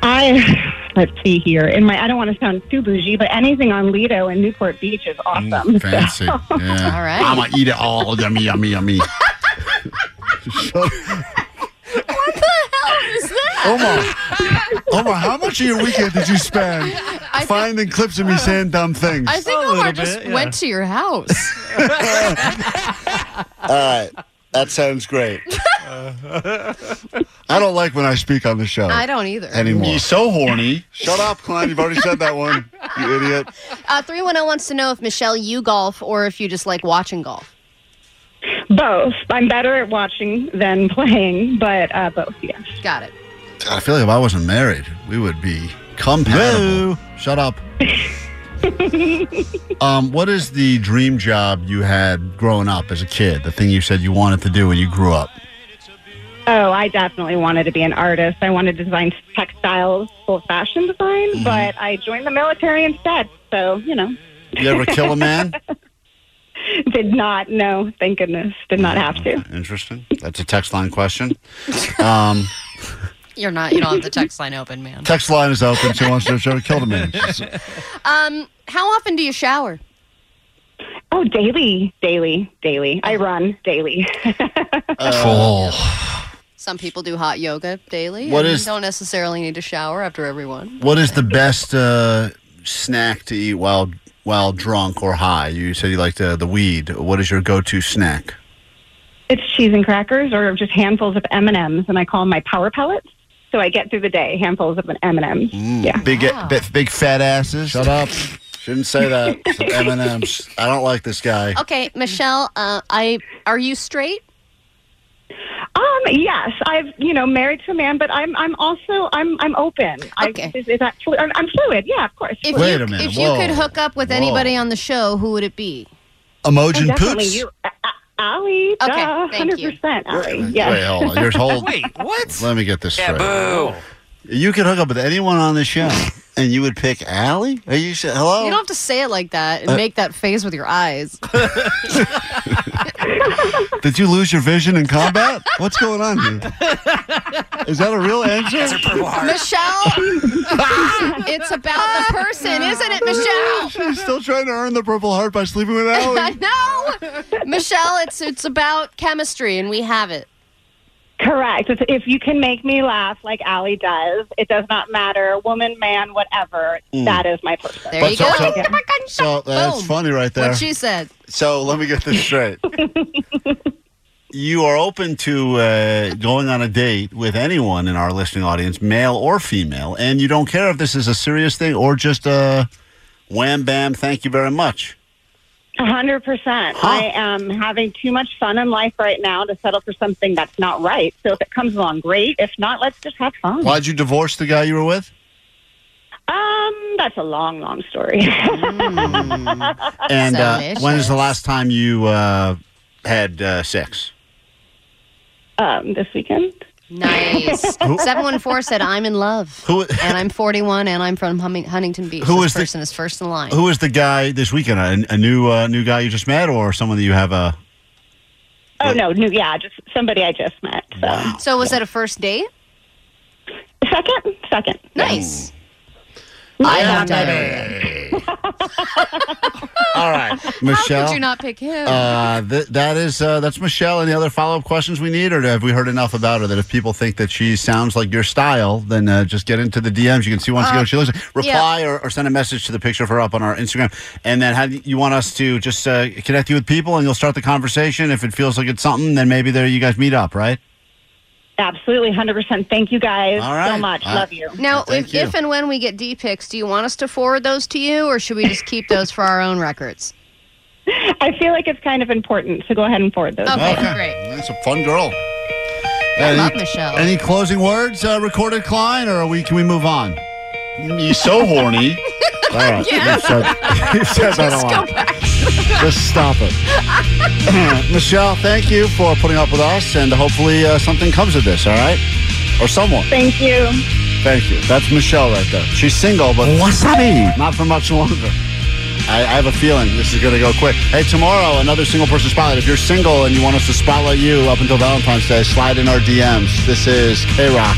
Speaker 15: I let's see here. In my, I don't want to sound too bougie, but anything on Lido in Newport Beach is
Speaker 2: Mm,
Speaker 15: awesome. So-
Speaker 2: Fancy. Yeah. All
Speaker 15: right.
Speaker 2: I'm going to eat it all. Yummy, yummy, yummy. Shut-
Speaker 3: What the hell is that?
Speaker 2: Omar, Omar, how much of your weekend did you spend
Speaker 3: I think-
Speaker 2: finding clips of me saying dumb things?
Speaker 3: I think Omar just went to your house.
Speaker 2: All right. That sounds great. I don't like when I speak on the show.
Speaker 3: I don't either.
Speaker 2: Anymore. He's so horny. Shut up, Klein. You've already said that one, you idiot.
Speaker 3: Uh, 310 wants to know if Michelle, you golf or if you just like watching golf.
Speaker 15: both. I'm better at watching than playing, but uh, both. Yes.
Speaker 3: Got it.
Speaker 2: I feel like if I wasn't married, we would be compatible. Shut up. um, what is the dream job you had growing up as a kid? The thing you said you wanted to do when you grew up?
Speaker 15: Oh, I definitely wanted to be an artist. I wanted to design textiles, full fashion design, but I joined the military instead. So you know.
Speaker 2: You ever kill a man?
Speaker 15: Did not. No, thank goodness. Did not have to.
Speaker 2: Interesting. That's a text line question. Um,
Speaker 3: You're not, you don't have the text line open, man.
Speaker 2: text line is open. She wants to know if she ever killed a man. She's-
Speaker 3: Um, how often do you shower?
Speaker 15: Oh, daily, daily, daily. I run daily.
Speaker 3: Some people do hot yoga daily.
Speaker 2: What
Speaker 3: and
Speaker 2: is-
Speaker 3: don't necessarily need to shower after every one.
Speaker 2: What is the best uh, snack to eat while while drunk or high? You said you liked uh, the weed. What is your go-to snack?
Speaker 15: It's cheese and crackers, or just handfuls of M and M's, and I call them my power pellets.
Speaker 12: so I get through the day. Handfuls of M and M's. Yeah.
Speaker 2: Big, bi- big fat asses. Shut up. Shouldn't say that. Some M&Ms. I don't like this guy.
Speaker 3: Okay, Michelle, uh, I are you straight?
Speaker 12: Um, yes, I've you know married to a man, but I'm I'm also I'm I'm open. Okay, I, is, is that flu- I'm, I'm fluid. Yeah, of course.
Speaker 3: If
Speaker 2: Wait
Speaker 3: you,
Speaker 2: a minute,
Speaker 3: If you could
Speaker 2: whoa,
Speaker 3: hook up with
Speaker 2: whoa.
Speaker 3: anybody on the show, who would it be?
Speaker 2: Emojin Oh, definitely poops. you.
Speaker 12: Ali,
Speaker 3: okay, thank you.
Speaker 12: 100%, Ali. Yes.
Speaker 2: Wait, hold on. Your whole,
Speaker 12: what?
Speaker 2: Let me get this straight. You could hook up with anyone on the show, and you would pick Allie? Are you sure? Hello?
Speaker 3: You don't have to say it like that and
Speaker 2: Uh,
Speaker 3: make that face with your eyes.
Speaker 2: Did you lose your vision in combat? What's going on here? Is that a real answer? Ah!
Speaker 3: Michelle, it's about the person, isn't it, Michelle?
Speaker 2: She's still trying to earn the Purple Heart by sleeping with Allie.
Speaker 3: no, Michelle, it's it's about chemistry, and we have it.
Speaker 12: Correct. It's, if you can make me laugh like Ali does, it does not matter, woman, man, whatever.
Speaker 2: Mm.
Speaker 12: That is my person.
Speaker 2: There But you so- go. so- so that's
Speaker 3: Boom.
Speaker 2: funny right there.
Speaker 3: What she said.
Speaker 2: so let me get this straight. you are open to uh, going on a date with anyone in our listening audience, male or female, and you don't care if this is a serious thing or just a wham bam, thank you very much.
Speaker 12: A hundred percent. I am having too much fun in life right now to settle for something that's not right. So if it comes along, great. If not, let's just have fun.
Speaker 2: Why'd you divorce the guy you were with?
Speaker 12: Um, that's a long, long story.
Speaker 2: And uh, when is the last time you uh, had uh, sex?
Speaker 12: Um, this weekend.
Speaker 3: Nice.
Speaker 2: Who-
Speaker 3: 714 said, I'm in love.
Speaker 2: Who-
Speaker 3: and I'm 41 and I'm from Humming- Huntington Beach.
Speaker 2: Who
Speaker 3: this
Speaker 2: is the-
Speaker 3: person is first in line.
Speaker 2: Who is the guy this weekend? A, a new uh, new guy you just met, or someone that you have a?
Speaker 12: Oh no, no, yeah, just somebody I just met. So
Speaker 3: So was that a first date?
Speaker 12: second, second.
Speaker 3: Nice.
Speaker 2: I
Speaker 3: have
Speaker 2: All right, Michelle.
Speaker 3: How could you not pick him?
Speaker 2: Uh, th- that is uh, that's Michelle. Any other follow up questions we need, or have we heard enough about her that if people think that she sounds like your style, then uh, just get into the DMs. You can see once
Speaker 3: Uh,
Speaker 2: ago she looks. Like.
Speaker 3: yeah.
Speaker 2: Reply or, or send a message to the picture of her up on our Instagram, and then how do you want us to just uh, connect you with people, and you'll start the conversation. If it feels like it's something, then maybe there you guys meet up, right?
Speaker 12: Absolutely, hundred percent. Thank you guys
Speaker 2: All right.
Speaker 12: so much.
Speaker 2: All
Speaker 12: Love
Speaker 2: right.
Speaker 12: you.
Speaker 3: Now,
Speaker 2: Thank
Speaker 3: if,
Speaker 2: you.
Speaker 3: if and when we get D pics, do you want us to forward those to you or should we just keep those for our own records?
Speaker 12: I feel like it's kind of important, so go ahead and forward those.
Speaker 3: Okay, great.
Speaker 2: That's a fun girl.
Speaker 3: I love Michelle.
Speaker 2: Any closing words, uh, recorded Klein, or are we? Can we move on? You're so horny. All right.
Speaker 26: Yeah.
Speaker 2: You've said, you've said that a
Speaker 26: Just
Speaker 2: lot.
Speaker 26: go
Speaker 2: Just stop it. Michelle, thank you for putting up with us, and hopefully uh, something comes of this, all right? Or someone.
Speaker 12: Thank you.
Speaker 2: Thank you. That's Michelle right there. She's single, but wasabi. Not for much longer. I, I have a feeling this is going to go quick. Hey, tomorrow, another single person spotlight. If you're single and you want us to spotlight you up until Valentine's Day, slide in our DMs. This is K Rock.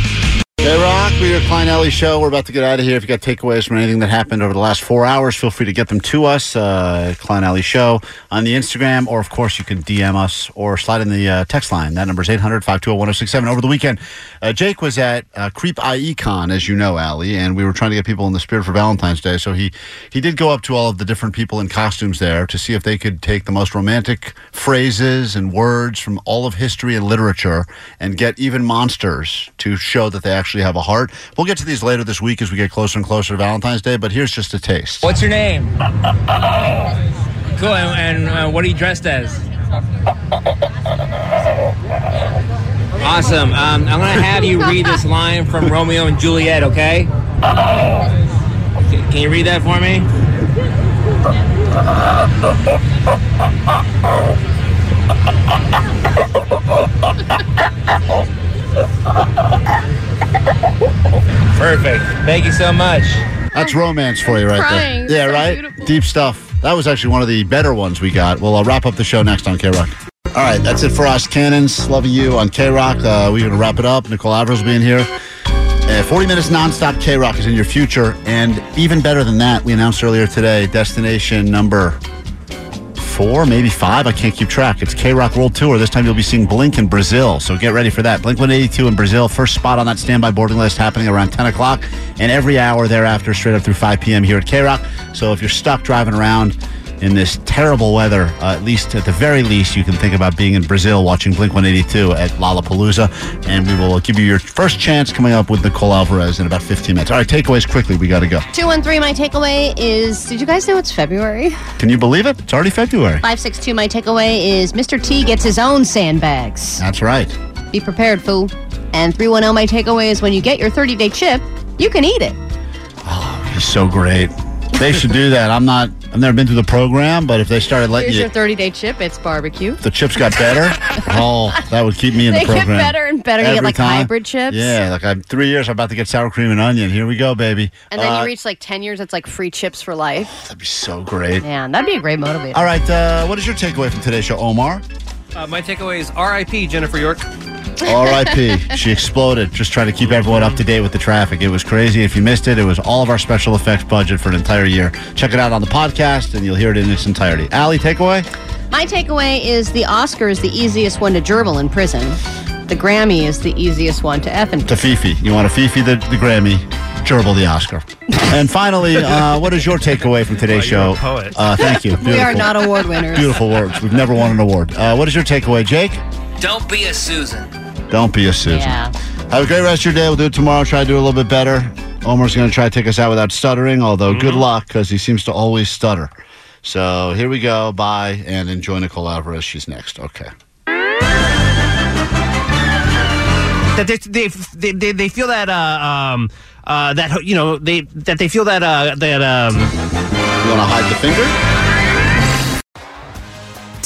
Speaker 2: K Rock, we are Klein Alley Show. We're about to get out of here. If you got takeaways from anything that happened over the last four hours, feel free to get them to us, uh, Klein Alley Show, on the Instagram, or of course, you can DM us or slide in the uh, text line. That number is 800 520 1067. Over the weekend, uh, Jake was at uh, Creep IE Con, as you know, Allie, and we were trying to get people in the spirit for Valentine's Day. So he he did go up to all of the different people in costumes there to see if they could take the most romantic phrases and words from all of history and literature and get even monsters to show that they actually have a heart. We'll get to these later this week as we get closer and closer to Valentine's Day, but here's just a taste.
Speaker 27: What's your name? Cool. And, and uh, what are you dressed as? Awesome. Um, I'm gonna have you read this line from Romeo and Juliet. Okay? Can you read that for me? Perfect. Thank you so much.
Speaker 2: That's romance for you right
Speaker 27: crying.
Speaker 2: there. Yeah,
Speaker 27: So
Speaker 2: right?
Speaker 27: beautiful.
Speaker 2: Deep stuff. That was actually one of the better ones we got. Well, I'll wrap up the show next on K Rock. All right, that's it for us, Cannons. Loving you on K Rock. Uh, we're going to wrap it up. Nicole Alvarez will be in here. Uh, 40 minutes nonstop K Rock is in your future. And even better than that, we announced earlier today destination number four, maybe five. I can't keep track. It's K Rock World Tour. This time you'll be seeing Blink in Brazil. So get ready for that. Blink 182 in Brazil. First spot on that standby boarding list happening around 10 o'clock. And every hour thereafter, straight up through 5 p.m. here at K Rock. So if you're stuck driving around, in this terrible weather. Uh, at least, at the very least, you can think about being in Brazil watching Blink 182 at Lollapalooza. And we will give you your first chance coming up with Nicole Alvarez in about 15 minutes. All right, takeaways quickly. We got to go.
Speaker 3: 213, my takeaway is Did you guys know it's February?
Speaker 2: Can you believe it? It's already February.
Speaker 3: 562, my takeaway is Mr. T gets his own sandbags.
Speaker 2: That's right.
Speaker 3: Be prepared, fool. And 310, my takeaway is when you get your 30 day chip, you can eat it.
Speaker 2: He's so great. They should do that. I'm not. I've never been through the program, but if they started letting
Speaker 28: Here's
Speaker 2: you,
Speaker 28: your 30 day chip. It's barbecue.
Speaker 2: the chips got better. oh, that would keep me in
Speaker 28: They
Speaker 2: the
Speaker 28: get
Speaker 2: program.
Speaker 28: better and better. You get,
Speaker 2: Every
Speaker 28: like,
Speaker 2: time.
Speaker 28: hybrid chips.
Speaker 2: Yeah, like I'm three years. I'm about to get sour cream and onion. Here we go, baby.
Speaker 28: And then
Speaker 2: Uh,
Speaker 28: you reach like 10 years, it's like free chips for life.
Speaker 2: That'd be so great.
Speaker 28: Man, that'd be a great motivator.
Speaker 2: All right. Uh, what is your takeaway from today's show, Omar?
Speaker 29: Uh, my takeaway is R.I.P. Jennifer York.
Speaker 2: R.I.P. she exploded. Just trying to keep everyone up to date with the traffic. It was crazy. If you missed it, it was all of our special effects budget for an entire year. Check it out on the podcast, and you'll hear it in its entirety. Allie, takeaway.
Speaker 3: My takeaway is the Oscar is the easiest one to gerbil in prison. The Grammy is the easiest one to F in
Speaker 2: to Fifi. You want to Fifi the, the Grammy, gerbil the Oscar. and finally, uh, what is your takeaway from today's
Speaker 3: Wow, you're a
Speaker 2: show?
Speaker 3: poet.
Speaker 2: Uh, thank you.
Speaker 3: We are
Speaker 2: Beautiful.
Speaker 3: not award winners.
Speaker 2: Beautiful words. We've never won an award. Uh, what is your takeaway, Jake?
Speaker 30: Don't be a Susan.
Speaker 2: Don't be a Susan.
Speaker 30: Yeah.
Speaker 2: Have a great rest of your day. We'll do it tomorrow. Try to do a little bit better. Omar's going to try to take us out without stuttering, although good luck because he seems to always stutter. So here we go. Bye and enjoy Nicole Alvarez. She's next. Okay.
Speaker 14: that they they they, they, they feel that uh, um uh, that you know they that they feel that uh, that um.
Speaker 2: You want to hide the finger?